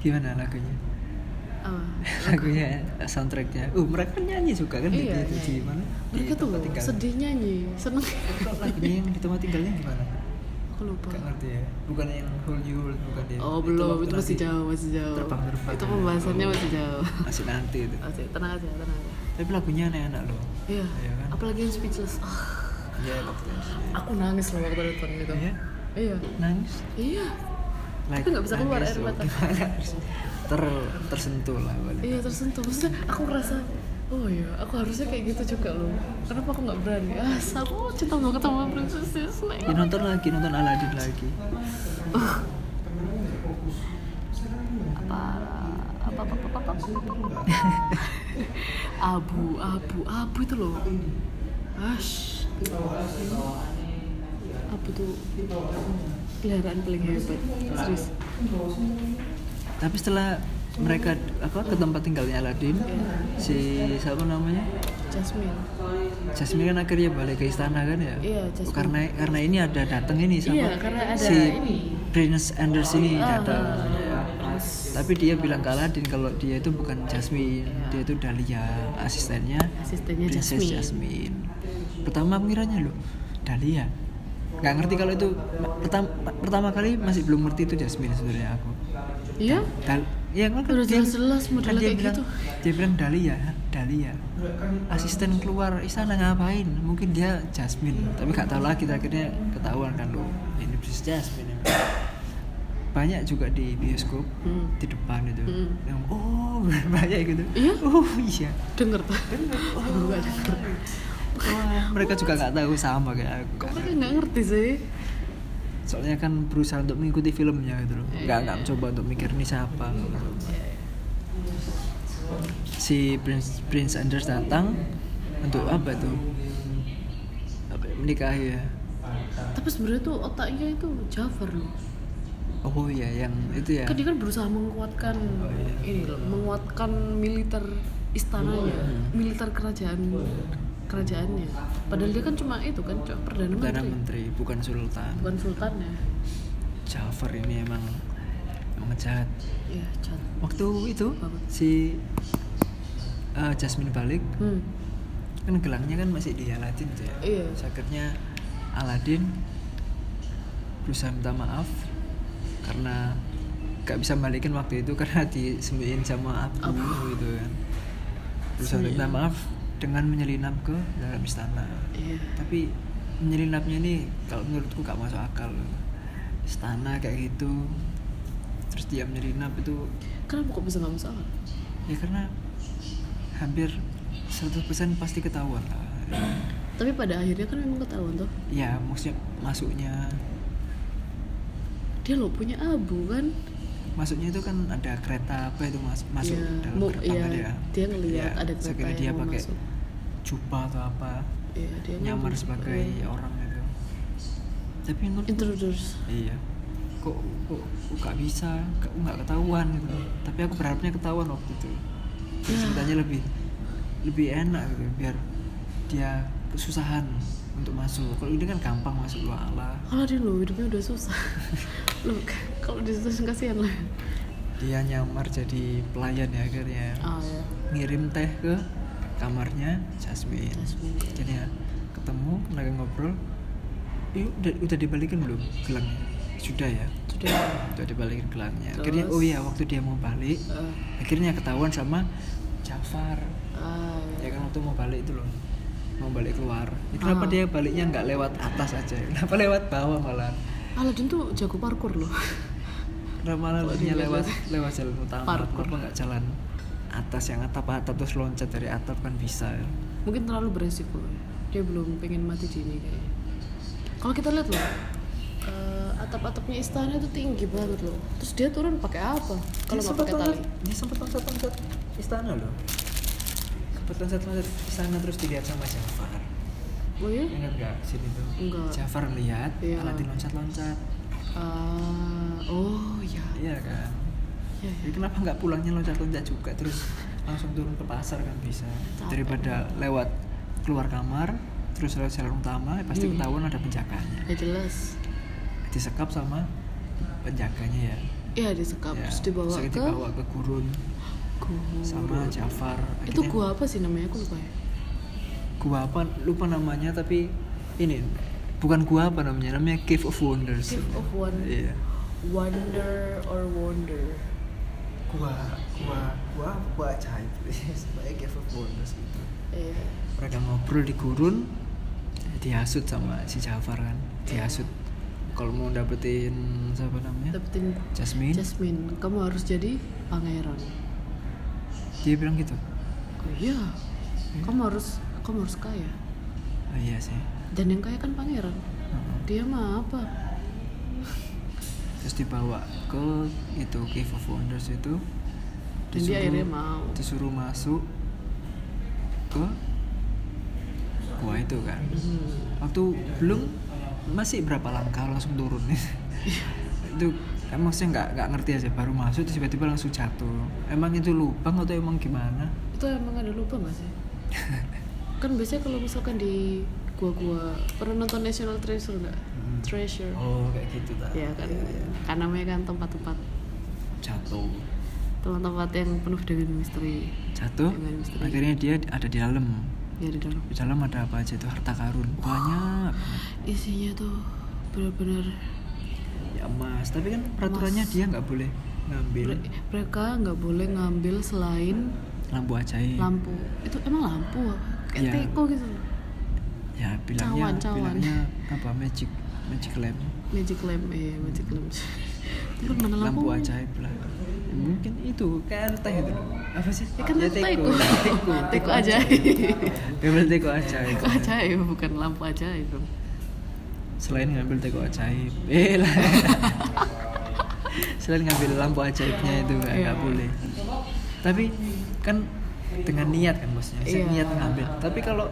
[SPEAKER 1] Gimana lagunya?
[SPEAKER 3] apa
[SPEAKER 1] Lagunya soundtracknya. Uh, mereka kan nyanyi juga <laughs> kan di,
[SPEAKER 3] Iya,
[SPEAKER 1] di, di
[SPEAKER 3] nyanyi.
[SPEAKER 1] mana? Di
[SPEAKER 3] mereka tuh
[SPEAKER 1] tempat
[SPEAKER 3] loh,
[SPEAKER 1] tinggal.
[SPEAKER 3] sedih nyanyi seneng <laughs>
[SPEAKER 1] Kok Lagunya yang di tempat tinggalnya gimana?
[SPEAKER 3] aku lupa
[SPEAKER 1] Gak ngerti ya. Bukan yang Hold You Hold, bukan dia.
[SPEAKER 3] oh belum
[SPEAKER 1] Iya, waktu
[SPEAKER 3] itu masih
[SPEAKER 1] nanti.
[SPEAKER 3] jauh masih jauh
[SPEAKER 1] Terbang-terbang.
[SPEAKER 3] itu pembahasannya masih jauh <laughs>
[SPEAKER 1] Masih nanti itu.
[SPEAKER 3] Oke, tenang aja, tenang aja.
[SPEAKER 1] Tapi lagunya enak-enak loh.
[SPEAKER 3] Iya.
[SPEAKER 1] Iya kan?
[SPEAKER 3] Apalagi yang speechless. Ah,
[SPEAKER 1] Iya, waktu itu.
[SPEAKER 3] aku nangis loh waktu nonton itu.
[SPEAKER 1] Iya.
[SPEAKER 3] Iya.
[SPEAKER 1] Nangis.
[SPEAKER 3] Iya.
[SPEAKER 1] Like,
[SPEAKER 3] nggak bisa keluar
[SPEAKER 1] nangis
[SPEAKER 3] air
[SPEAKER 1] loh.
[SPEAKER 3] mata.
[SPEAKER 1] <laughs> Gimana harus ter tersentuh lah boleh.
[SPEAKER 3] Iya, tersentuh. Maksudnya aku ngerasa Oh iya, aku harusnya kayak gitu juga loh. Kenapa aku nggak berani? Ah, aku cinta banget sama Princess Disney.
[SPEAKER 1] Ya, nonton lagi, nonton Aladin lagi.
[SPEAKER 3] Apa, apa, apa, apa, apa, apa, apa, apa. Abu, abu, abu itu loh. Ash. Abu tuh peliharaan paling hebat. Serius.
[SPEAKER 1] Tapi setelah mereka apa ke tempat tinggalnya Aladin,
[SPEAKER 3] Iya.
[SPEAKER 1] si siapa namanya?
[SPEAKER 3] Jasmine.
[SPEAKER 1] Jasmine kan akhirnya balik ke istana kan ya?
[SPEAKER 3] Iya, Jasmine.
[SPEAKER 1] Karena karena ini ada datang ini siapa?
[SPEAKER 3] Iya, karena ada
[SPEAKER 1] si
[SPEAKER 3] ini.
[SPEAKER 1] Prince Anders ini
[SPEAKER 3] Ah.
[SPEAKER 1] datang. ya. Tapi dia bilang ke Aladin kalau dia itu bukan Jasmine, dia itu Dahlia, asistennya.
[SPEAKER 3] Asistennya
[SPEAKER 1] Princess
[SPEAKER 3] Jasmine.
[SPEAKER 1] Jasmine. Pertama aku ngiranya loh, Dahlia. Gak ngerti kalau itu pertama pertama kali masih belum ngerti itu Jasmine sebenarnya aku.
[SPEAKER 3] Iya?
[SPEAKER 1] Dal- ya kan
[SPEAKER 3] Udah
[SPEAKER 1] dia-
[SPEAKER 3] jelas-jelas modelnya
[SPEAKER 1] dia
[SPEAKER 3] kayak
[SPEAKER 1] bilang,
[SPEAKER 3] gitu.
[SPEAKER 1] dia bilang Dahlia Dahlia ya." asisten keluar istana ngapain mungkin dia Jasmine tapi gak tahu lagi akhirnya ketahuan kan lo ini persis Jasmine emang. banyak juga di bioskop
[SPEAKER 3] Hmm.
[SPEAKER 1] di depan itu
[SPEAKER 3] Hmm.
[SPEAKER 1] yang oh <laughs> banyak gitu
[SPEAKER 3] Iya?
[SPEAKER 1] oh iya
[SPEAKER 3] denger tuh Aku nggak denger.
[SPEAKER 1] Wah, mereka juga nggak tahu sama kayak aku
[SPEAKER 3] kok
[SPEAKER 1] kan.
[SPEAKER 3] mereka nggak ngerti sih
[SPEAKER 1] soalnya kan berusaha untuk mengikuti filmnya gitu loh nggak nggak coba untuk mikir ini siapa gitu. si Prince Prince Anders datang untuk apa tuh apa ya, menikah ya
[SPEAKER 3] tapi sebenarnya tuh otaknya itu Jafar loh
[SPEAKER 1] oh iya yang itu ya
[SPEAKER 3] kan dia kan berusaha menguatkan ini loh menguatkan militer istananya
[SPEAKER 1] Iya.
[SPEAKER 3] militer kerajaan kerajaannya padahal dia kan cuma itu kan cuma perdana
[SPEAKER 1] perdana
[SPEAKER 3] menteri
[SPEAKER 1] menteri bukan sultan
[SPEAKER 3] bukan sultannya
[SPEAKER 1] Jafar ini emang emang jahat
[SPEAKER 3] ya cat
[SPEAKER 1] waktu itu
[SPEAKER 3] Apa?
[SPEAKER 1] si eh, Jasmine balik
[SPEAKER 3] hmm
[SPEAKER 1] kan gelangnya kan masih di Aladdin tuh ya
[SPEAKER 3] iya
[SPEAKER 1] Terus akhirnya Aladin berusaha minta maaf karena gak bisa balikin waktu itu <laughs> karena disembunyiin sama abu
[SPEAKER 3] Abu.
[SPEAKER 1] gitu kan. Berusaha untuk minta maaf dengan menyelinap ke dalam istana.
[SPEAKER 3] iya
[SPEAKER 1] Tapi menyelinapnya ini kalau menurutku gak masuk akal. Istana kayak gitu. Terus dia menyelinap itu
[SPEAKER 3] kenapa kok bisa nggak masalah
[SPEAKER 1] ya karena hampir 100% pasti ketahuan lah.
[SPEAKER 3] tapi pada akhirnya kan memang ketahuan tuh
[SPEAKER 1] Ya maksudnya masuknya
[SPEAKER 3] dia lo punya abu kan
[SPEAKER 1] masuknya itu kan ada kereta apa itu mas masuk
[SPEAKER 3] Iya,
[SPEAKER 1] dalam
[SPEAKER 3] mau-
[SPEAKER 1] gerbang
[SPEAKER 3] iya,
[SPEAKER 1] tadi ya
[SPEAKER 3] dia ngelihat ada kereta
[SPEAKER 1] saya kira
[SPEAKER 3] yang
[SPEAKER 1] dia
[SPEAKER 3] mau
[SPEAKER 1] pakai
[SPEAKER 3] masuk.
[SPEAKER 1] jubah atau apa
[SPEAKER 3] iya dia kan
[SPEAKER 1] nyamar
[SPEAKER 3] juga-
[SPEAKER 1] sebagai
[SPEAKER 3] iya.
[SPEAKER 1] orang itu tapi menurut
[SPEAKER 3] intruders
[SPEAKER 1] iya kok kok kok gak bisa kok nggak ketahuan gitu tapi aku berharapnya ketahuan waktu itu Terus
[SPEAKER 3] Ya.
[SPEAKER 1] ceritanya lebih lebih enak gitu biar dia kesusahan untuk masuk kalau ini kan gampang masuk dua Allah
[SPEAKER 3] kalau dia lo hidupnya udah susah <laughs> lo kalau disusahin kasihan lah
[SPEAKER 1] dia nyamar jadi pelayan ya akhirnya
[SPEAKER 3] ah ya
[SPEAKER 1] ngirim teh ke kamarnya Jasmine.
[SPEAKER 3] Jasmine.
[SPEAKER 1] Jadi ya, ketemu, lagi ngobrol. Yuk, udah, udah dibalikin belum gelangnya? Sudah ya,
[SPEAKER 3] sudah
[SPEAKER 1] udah dibalikin gelangnya. Akhirnya,
[SPEAKER 3] Terus?
[SPEAKER 1] oh iya, waktu dia mau balik,
[SPEAKER 3] Eh,
[SPEAKER 1] akhirnya ketahuan sama Jafar.
[SPEAKER 3] ah,
[SPEAKER 1] Ya kan waktu mau balik itu loh, mau balik keluar. Ya, kenapa
[SPEAKER 3] Ah.
[SPEAKER 1] dia baliknya nggak lewat atas aja? Kenapa lewat bawah malah?
[SPEAKER 3] Aladin tuh jago parkur loh. <laughs>
[SPEAKER 1] Kenapa malah
[SPEAKER 3] Kalau
[SPEAKER 1] larinya
[SPEAKER 3] dia
[SPEAKER 1] lewat lewat jalan utama?
[SPEAKER 3] Parkour.
[SPEAKER 1] Kenapa nggak jalan atas yang atap-atap terus loncat dari atap kan bisa? Ya?
[SPEAKER 3] Mungkin terlalu beresiko. Dia belum pengen mati dini kayaknya. Kalau kita lihat loh, eh, atap-atapnya istana itu tinggi banget loh. Terus dia turun pakai apa? Kalau nggak pakai tali.
[SPEAKER 1] dia sempat loncat-loncat istana loh sempat loncat-loncat istana terus dilihat sama Jafar
[SPEAKER 3] Oh iya?
[SPEAKER 1] ingat gak sini tuh
[SPEAKER 3] Enggak.
[SPEAKER 1] Jafar lihat
[SPEAKER 3] Iya.
[SPEAKER 1] Aladin loncat-loncat
[SPEAKER 3] Ah, oh ya.
[SPEAKER 1] iya kan
[SPEAKER 3] Ya, ya.
[SPEAKER 1] jadi kenapa nggak pulangnya loncat-loncat juga terus langsung turun ke pasar kan bisa
[SPEAKER 3] Capek.
[SPEAKER 1] daripada lewat keluar kamar terus lewat jalan utama ya pasti
[SPEAKER 3] Hmm.
[SPEAKER 1] ketahuan ada penjaganya
[SPEAKER 3] Ya jelas.
[SPEAKER 1] disekap sama penjaganya ya
[SPEAKER 3] Ya disekap
[SPEAKER 1] Ya,
[SPEAKER 3] terus dibawa
[SPEAKER 1] terus
[SPEAKER 3] ke
[SPEAKER 1] dibawa ke gurun sama
[SPEAKER 3] gua.
[SPEAKER 1] Jafar
[SPEAKER 3] Itu
[SPEAKER 1] Akhirnya-
[SPEAKER 3] gua apa sih namanya? Aku lupa ya.
[SPEAKER 1] gua apa lupa namanya tapi ini bukan gua apa namanya namanya Cave of Wonders
[SPEAKER 3] Cave of Wonder.
[SPEAKER 1] iya
[SPEAKER 3] Wonder or Wonder.
[SPEAKER 1] gua gua gua gua ajaib <laughs> sebagai Cave of Wonders gitu
[SPEAKER 3] Iya.
[SPEAKER 1] mereka ngobrol di gurun dihasut sama si Jafar kan dihasut kalau mau dapetin siapa namanya
[SPEAKER 3] Dapetin
[SPEAKER 1] Ya. Jasmine
[SPEAKER 3] Jasmine, kamu harus jadi pangeran.
[SPEAKER 1] dia bilang gitu
[SPEAKER 3] Oh iya,
[SPEAKER 1] Hmm.
[SPEAKER 3] kamu harus kamu harus kaya.
[SPEAKER 1] oh, iya sih
[SPEAKER 3] Dan yang kaya kan pangeran.
[SPEAKER 1] Heeh.
[SPEAKER 3] Dia mah apa?
[SPEAKER 1] terus dibawa ke itu Cave of Wonders itu
[SPEAKER 3] Dan dia akhirnya mau.
[SPEAKER 1] disuruh masuk ke gua itu kan
[SPEAKER 3] Hmm.
[SPEAKER 1] waktu belum masih berapa langkah langsung turun <laughs> itu emang saya nggak nggak ngerti aja baru masuk terus tiba-tiba langsung jatuh emang itu lubang atau emang gimana
[SPEAKER 3] Itu emang ada lubang
[SPEAKER 1] <laughs>
[SPEAKER 3] gak sih? kan biasanya kalau misalkan di gua-gua pernah nonton National Treasure nggak?
[SPEAKER 1] Hmm.
[SPEAKER 3] Treasure.
[SPEAKER 1] oh kayak gitu tak
[SPEAKER 3] Ya kan, kan namanya kan tempat-tempat
[SPEAKER 1] jatuh
[SPEAKER 3] tempat-tempat yang penuh dengan misteri.
[SPEAKER 1] jatuh
[SPEAKER 3] Dengan misteri.
[SPEAKER 1] akhirnya dia ada di dalam
[SPEAKER 3] Ya di dalam.
[SPEAKER 1] di dalam ada apa aja itu harta karun banyak banget.
[SPEAKER 3] Isinya tuh benar-benar
[SPEAKER 1] ya emas tapi kan peraturannya dia nggak boleh ngambil
[SPEAKER 3] Mere- mereka nggak boleh ngambil selain
[SPEAKER 1] lampu ajaib
[SPEAKER 3] lampu itu emang lampu apa? kayak
[SPEAKER 1] Hmm. Iya.
[SPEAKER 3] teko gitu
[SPEAKER 1] ya bilangnya
[SPEAKER 3] Cawan, cawan.
[SPEAKER 1] bilangnya apa magic magic lamp
[SPEAKER 3] magic lamp eh magic lamp <laughs> turun mana
[SPEAKER 1] lampu
[SPEAKER 3] lampu <laughs>
[SPEAKER 1] ajaib lah Ya, mungkin itu kan teh itu apa sih
[SPEAKER 3] ya kan itu teko
[SPEAKER 1] <laughs> teko
[SPEAKER 3] teko ajaib
[SPEAKER 1] <laughs> ngambil teko ajaib
[SPEAKER 3] teko ajaib bukan lampu ajaib dong
[SPEAKER 1] selain ngambil teko ajaib eh lah <laughs> selain ngambil lampu ajaibnya itu nggak nggak
[SPEAKER 3] Iya.
[SPEAKER 1] boleh tapi kan dengan niat kan bosnya saya
[SPEAKER 3] Iya.
[SPEAKER 1] niat ngambil tapi kalau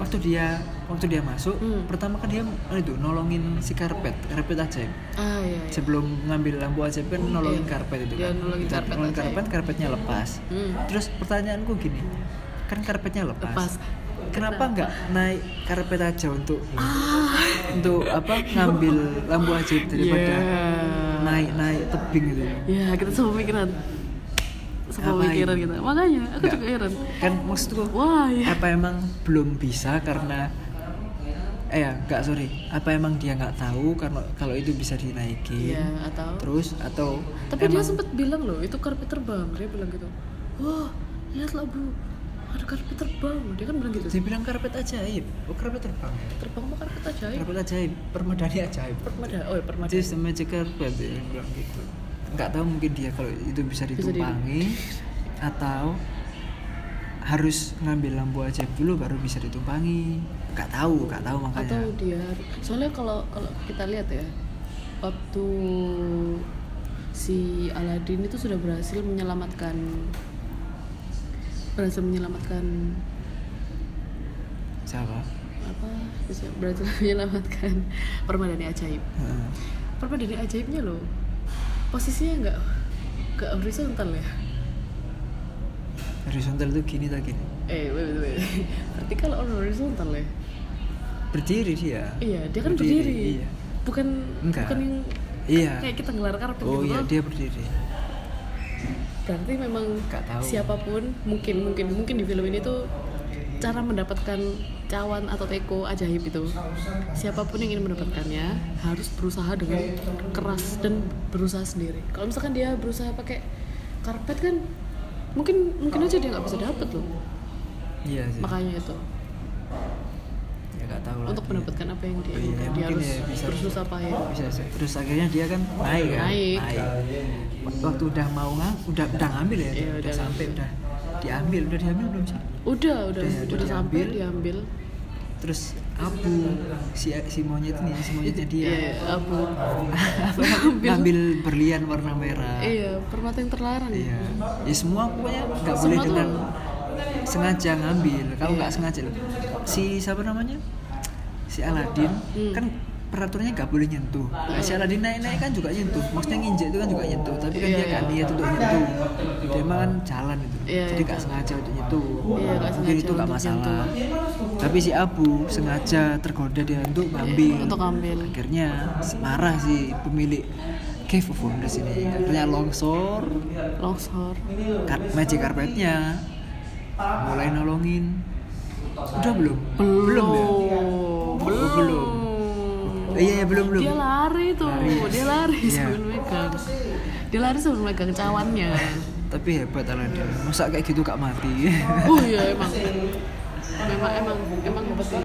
[SPEAKER 1] waktu dia waktu dia masuk
[SPEAKER 3] Hmm.
[SPEAKER 1] pertama kan dia eh, itu nolongin si karpet karpet ajaib
[SPEAKER 3] ah iya, iya.
[SPEAKER 1] sebelum ngambil lampu ajaib kan nolongin
[SPEAKER 3] Iya.
[SPEAKER 1] karpet itu
[SPEAKER 3] Dia
[SPEAKER 1] kan
[SPEAKER 3] nolongin
[SPEAKER 1] Kita
[SPEAKER 3] karpet
[SPEAKER 1] nolongin
[SPEAKER 3] ajaib.
[SPEAKER 1] karpet karpetnya lepas
[SPEAKER 3] Hmm.
[SPEAKER 1] terus pertanyaanku gini kan karpetnya lepas,
[SPEAKER 3] Lepas. Ah.
[SPEAKER 1] kenapa nggak naik karpet aja untuk untuk apa ngambil lampu ajaib daripada
[SPEAKER 3] Iya. Yeah.
[SPEAKER 1] naik naik tebing gitu
[SPEAKER 3] ya kita semua pikiran semua
[SPEAKER 1] Ngapain?
[SPEAKER 3] pikiran kita makanya aku
[SPEAKER 1] Nggak.
[SPEAKER 3] juga heran
[SPEAKER 1] kan maksudku
[SPEAKER 3] wah ya
[SPEAKER 1] apa emang belum bisa karena eh ya nggak sorry apa emang dia nggak tahu karena kalau itu bisa dinaikin
[SPEAKER 3] Iya, atau
[SPEAKER 1] terus atau
[SPEAKER 3] tapi dia
[SPEAKER 1] emang-
[SPEAKER 3] sempat bilang loh itu karpet terbang dia bilang gitu wah lihatlah bu ada karpet terbang dia kan bilang gitu
[SPEAKER 1] Dia bilang karpet ajaib. Oh, karpet terbang. ya?
[SPEAKER 3] terbang mah karpet ajaib
[SPEAKER 1] Karpet ajaib, permadani ajaib.
[SPEAKER 3] permada oh ya permada
[SPEAKER 1] Just the magic carpet dia bilang gitu. Nggak tahu mungkin dia kalau itu bisa
[SPEAKER 3] Bisa di-
[SPEAKER 1] ditumpangi atau harus ngambil lampu ajaib dulu baru bisa ditumpangi. Nggak tahu, nggak tahu makanya.
[SPEAKER 3] atau dia soalnya kalau kalau kita lihat ya waktu si Aladin itu sudah berhasil menyelamatkan berhasil menyelamatkan
[SPEAKER 1] siapa?
[SPEAKER 3] apa bisa berhasil <laughs> menyelamatkan permadani ajaib
[SPEAKER 1] Heeh.
[SPEAKER 3] permadani ajaibnya loh posisinya nggak nggak horizontal ya
[SPEAKER 1] Horizontal itu gini tak gini.
[SPEAKER 3] eh wait wait <laughs> wait berarti kalau on horizontal ya
[SPEAKER 1] Berdiri dia.
[SPEAKER 3] iya dia kan berdiri,
[SPEAKER 1] Iya.
[SPEAKER 3] bukan
[SPEAKER 1] Enggak.
[SPEAKER 3] bukan yang
[SPEAKER 1] Iya.
[SPEAKER 3] kayak kita ngelar karpet
[SPEAKER 1] Oh
[SPEAKER 3] gitu
[SPEAKER 1] iya,
[SPEAKER 3] loh.
[SPEAKER 1] dia berdiri.
[SPEAKER 3] berarti memang
[SPEAKER 1] Nggak tahu.
[SPEAKER 3] siapapun mungkin mungkin mungkin di film ini tuh cara mendapatkan cawan atau teko ajaib itu siapapun yang ingin mendapatkannya harus berusaha dengan keras dan berusaha sendiri kalau misalkan dia berusaha pakai karpet kan mungkin mungkin aja dia nggak bisa dapet loh
[SPEAKER 1] Iya sih.
[SPEAKER 3] makanya itu
[SPEAKER 1] Ya nggak tahu lah.
[SPEAKER 3] untuk
[SPEAKER 1] dia.
[SPEAKER 3] mendapatkan apa yang dia
[SPEAKER 1] Iya,
[SPEAKER 3] inginkan dia
[SPEAKER 1] mungkin
[SPEAKER 3] harus
[SPEAKER 1] ya bisa.
[SPEAKER 3] bersusah payah
[SPEAKER 1] bisa bisa. terus akhirnya dia kan naik kan
[SPEAKER 3] Naik.
[SPEAKER 1] waktu udah mau ngang udah udah ngambil ya
[SPEAKER 3] Iya,
[SPEAKER 1] udah,
[SPEAKER 3] udah
[SPEAKER 1] sampai udah diambil udah diambil belum sih
[SPEAKER 3] udah udah
[SPEAKER 1] Udah,
[SPEAKER 3] udah,
[SPEAKER 1] Iya, udah
[SPEAKER 3] sampai
[SPEAKER 1] diambil.
[SPEAKER 3] diambil
[SPEAKER 1] terus abu si si monyet nih si monyetnya dia
[SPEAKER 3] Iya, apa
[SPEAKER 1] <laughs> ngambil. ngambil berlian warna merah
[SPEAKER 3] iya permata yang terlarang
[SPEAKER 1] Iya. ya semua pokoknya nggak boleh
[SPEAKER 3] Semua tuh-
[SPEAKER 1] dengan sengaja ngambil kalau
[SPEAKER 3] Iya.
[SPEAKER 1] nggak sengaja si siapa namanya si Aladin
[SPEAKER 3] Hmm.
[SPEAKER 1] kan peraturannya nggak boleh nyentuh Nah, si Aladin naik naik kan juga nyentuh maksudnya nginjek itu kan juga nyentuh tapi kan
[SPEAKER 3] Iya,
[SPEAKER 1] dia nggak
[SPEAKER 3] iya.
[SPEAKER 1] niat untuk nyentuh dia emang kan jalan itu
[SPEAKER 3] Iya,
[SPEAKER 1] jadi
[SPEAKER 3] iya.
[SPEAKER 1] nggak sengaja untuk nyentuh
[SPEAKER 3] Iya, nggak
[SPEAKER 1] mungkin
[SPEAKER 3] sengaja
[SPEAKER 1] itu nggak
[SPEAKER 3] untuk
[SPEAKER 1] masalah tapi si Abu sengaja tergoda dia untuk ngambil
[SPEAKER 3] Iya, untuk ngambil.
[SPEAKER 1] akhirnya marah si pemilik Cave of Wonders ini akhirnya longsor
[SPEAKER 3] longsor
[SPEAKER 1] Kar magic carpetnya mulai nolongin udah belum
[SPEAKER 3] belum
[SPEAKER 1] ya
[SPEAKER 3] belum,
[SPEAKER 1] belum. Eh, iya iya, belum belum
[SPEAKER 3] dia lari tuh
[SPEAKER 1] Lari.
[SPEAKER 3] dia lari
[SPEAKER 1] Iya.
[SPEAKER 3] sebelum megang dia lari sebelum megang
[SPEAKER 1] <laughs>
[SPEAKER 3] cawannya
[SPEAKER 1] tapi hebat Aladin masa kayak gitu gak mati <laughs>
[SPEAKER 3] oh iya emang memang emang emang hebat sih.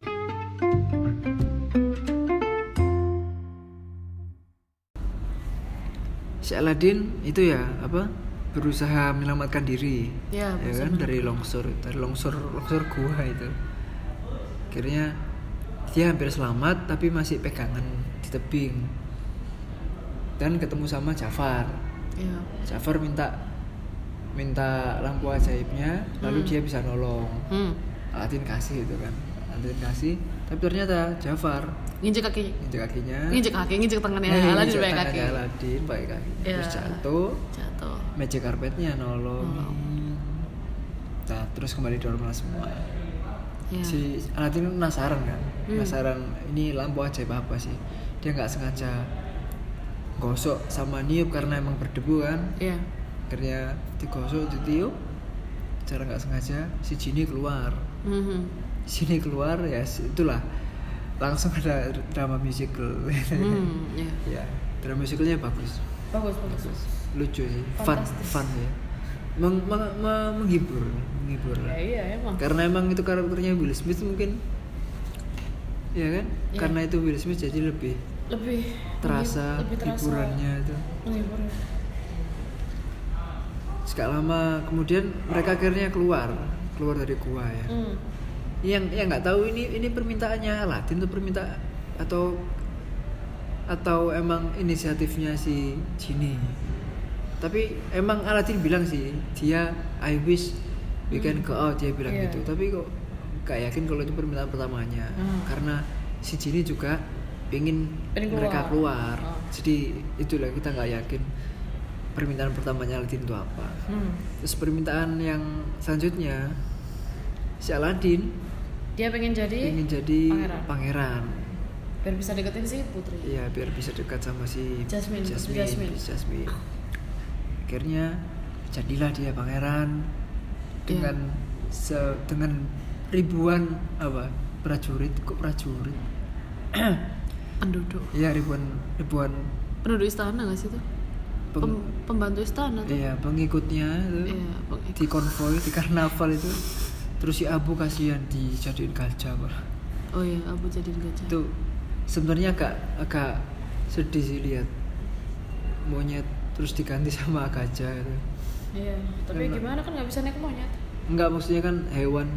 [SPEAKER 1] si Aladin itu ya apa berusaha menyelamatkan diri ya
[SPEAKER 3] Ya, berusaha
[SPEAKER 1] kan dari longsor dari longsor longsor gua itu akhirnya dia hampir selamat tapi masih pegangan di tebing dan ketemu sama Jafar
[SPEAKER 3] iya
[SPEAKER 1] Jafar minta minta lampu ajaibnya lalu dia bisa nolong
[SPEAKER 3] hmm.
[SPEAKER 1] Aladin kasih itu kan Aladin kasih tapi ternyata Jafar
[SPEAKER 3] nginjek kaki
[SPEAKER 1] injek kakinya
[SPEAKER 3] nginjek kaki nginjek tangannya
[SPEAKER 1] eh,
[SPEAKER 3] Aladin
[SPEAKER 1] injek
[SPEAKER 3] pakai
[SPEAKER 1] tangannya
[SPEAKER 3] kaki
[SPEAKER 1] Aladin pakai kaki
[SPEAKER 3] Ya.
[SPEAKER 1] terus jatuh
[SPEAKER 3] jatuh
[SPEAKER 1] meja karpetnya nolong
[SPEAKER 3] Nolong.
[SPEAKER 1] nah terus kembali normal semua
[SPEAKER 3] Hmm. ya Hmm.
[SPEAKER 1] si Aladin penasaran kan penasaran ini lampu ajaib apa sih dia nggak sengaja gosok sama niup karena emang berdebu kan
[SPEAKER 3] iya
[SPEAKER 1] akhirnya digosok ditiup cara nggak sengaja si Jini keluar
[SPEAKER 3] Mhm.
[SPEAKER 1] Jini keluar ya si- itulah langsung ada drama musical <laughs>
[SPEAKER 3] hmm. iya
[SPEAKER 1] ya drama musicalnya bagus
[SPEAKER 3] bagus bagus
[SPEAKER 1] lucu sih fun
[SPEAKER 3] Fantastis.
[SPEAKER 1] fun ya Meng- me- me- menghibur menghibur
[SPEAKER 3] Ya,
[SPEAKER 1] lah
[SPEAKER 3] iya emang.
[SPEAKER 1] karena emang itu karakternya Will Smith mungkin ya kan
[SPEAKER 3] Iya.
[SPEAKER 1] karena itu Will Smith jadi lebih
[SPEAKER 3] Lebih
[SPEAKER 1] terasa,
[SPEAKER 3] lebih terasa
[SPEAKER 1] hiburannya itu
[SPEAKER 3] menghibur.
[SPEAKER 1] Sekak lama kemudian mereka akhirnya keluar keluar dari gua ya
[SPEAKER 3] Hmm.
[SPEAKER 1] yang yang Iya, nggak tahu ini ini permintaannya Latin tuh permintaan atau atau emang inisiatifnya si Jini tapi emang Aladdin bilang sih dia I wish we can go out dia bilang
[SPEAKER 3] Iya.
[SPEAKER 1] gitu tapi kok gak yakin kalau itu permintaan pertamanya
[SPEAKER 3] Hmm.
[SPEAKER 1] karena si Jini juga pengen,
[SPEAKER 3] Pengen
[SPEAKER 1] mereka
[SPEAKER 3] keluar.
[SPEAKER 1] keluar
[SPEAKER 3] Oh.
[SPEAKER 1] jadi itulah kita nggak yakin permintaan pertamanya Aladdin itu apa
[SPEAKER 3] Hmm.
[SPEAKER 1] Terus permintaan yang selanjutnya si Aladin
[SPEAKER 3] Dia pengen jadi
[SPEAKER 1] ingin jadi
[SPEAKER 3] pangeran.
[SPEAKER 1] pangeran.
[SPEAKER 3] biar bisa deketin si putri.
[SPEAKER 1] Iya, biar bisa dekat sama si
[SPEAKER 3] Jasmine,
[SPEAKER 1] Jasmine,
[SPEAKER 3] Jasmine.
[SPEAKER 1] si Jasmine. Akhirnya jadilah dia pangeran dengan se- dengan ribuan apa? prajurit kok prajurit?
[SPEAKER 3] Penduduk.
[SPEAKER 1] Iya, ribuan ribuan
[SPEAKER 3] Penduduk istana gak sih tuh?
[SPEAKER 1] peng,
[SPEAKER 3] Pem- pembantu istana tuh.
[SPEAKER 1] iya, pengikutnya itu.
[SPEAKER 3] Iya, pengikut.
[SPEAKER 1] di konvoy di karnaval itu terus si Abu kasihan dijadiin gajah malah.
[SPEAKER 3] Oh iya, aku jadi gajah.
[SPEAKER 1] itu sebenarnya agak agak sedih sih lihat monyet terus diganti <laughs> sama gajah itu
[SPEAKER 3] Iya, tapi
[SPEAKER 1] Enak.
[SPEAKER 3] gimana kan nggak bisa naik monyet.
[SPEAKER 1] enggak maksudnya kan hewan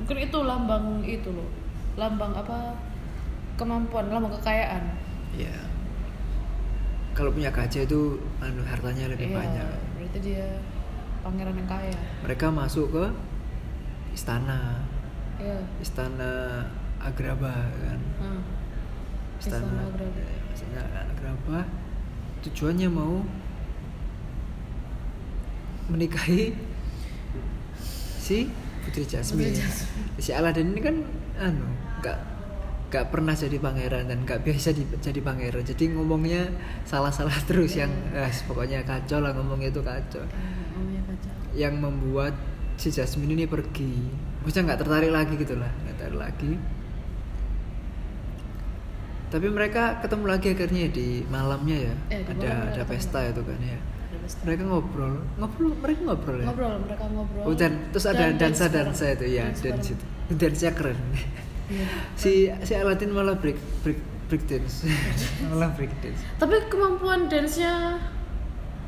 [SPEAKER 3] Mungkin itu lambang itu loh. Lambang apa? Kemampuan, lambang kekayaan.
[SPEAKER 1] ya kalau punya gajah itu anu hartanya lebih
[SPEAKER 3] Iya,
[SPEAKER 1] banyak
[SPEAKER 3] berarti dia pangeran yang kaya.
[SPEAKER 1] mereka masuk ke istana
[SPEAKER 3] Iya.
[SPEAKER 1] istana Agraba kan
[SPEAKER 3] Nah, Istana Agraba.
[SPEAKER 1] eh, istana Agraba tujuannya mau menikahi si Putri Jasmine.
[SPEAKER 3] Putri Jasmine.
[SPEAKER 1] Si Aladdin ini kan anu, nggak nggak pernah jadi pangeran dan nggak biasa di- jadi pangeran. Jadi ngomongnya salah-salah terus yang
[SPEAKER 3] Iya.
[SPEAKER 1] eh, pokoknya kacau lah ngomongnya itu kacau.
[SPEAKER 3] oh iya gajah.
[SPEAKER 1] Yang membuat si Jasmine ini pergi. Maksudnya nggak tertarik lagi gitu lah, nggak tertarik lagi. Tapi mereka ketemu lagi akhirnya di malamnya ya. ada
[SPEAKER 3] Eh, di malam mereka
[SPEAKER 1] ada
[SPEAKER 3] ketemu.
[SPEAKER 1] pesta itu kan ya.
[SPEAKER 3] Ada pesta.
[SPEAKER 1] Mereka ngobrol, ngobrol, mereka ngobrol ya.
[SPEAKER 3] Ngobrol, mereka ngobrol.
[SPEAKER 1] Oh, dan terus ada
[SPEAKER 3] Dan dance
[SPEAKER 1] dansa dansa
[SPEAKER 3] bareng.
[SPEAKER 1] itu ya
[SPEAKER 3] Dance
[SPEAKER 1] dance
[SPEAKER 3] bareng.
[SPEAKER 1] itu dance keren <laughs>
[SPEAKER 3] Iya.
[SPEAKER 1] si si Aladdin malah break break break dance <laughs> malah break dance
[SPEAKER 3] Tapi kemampuan dance-nya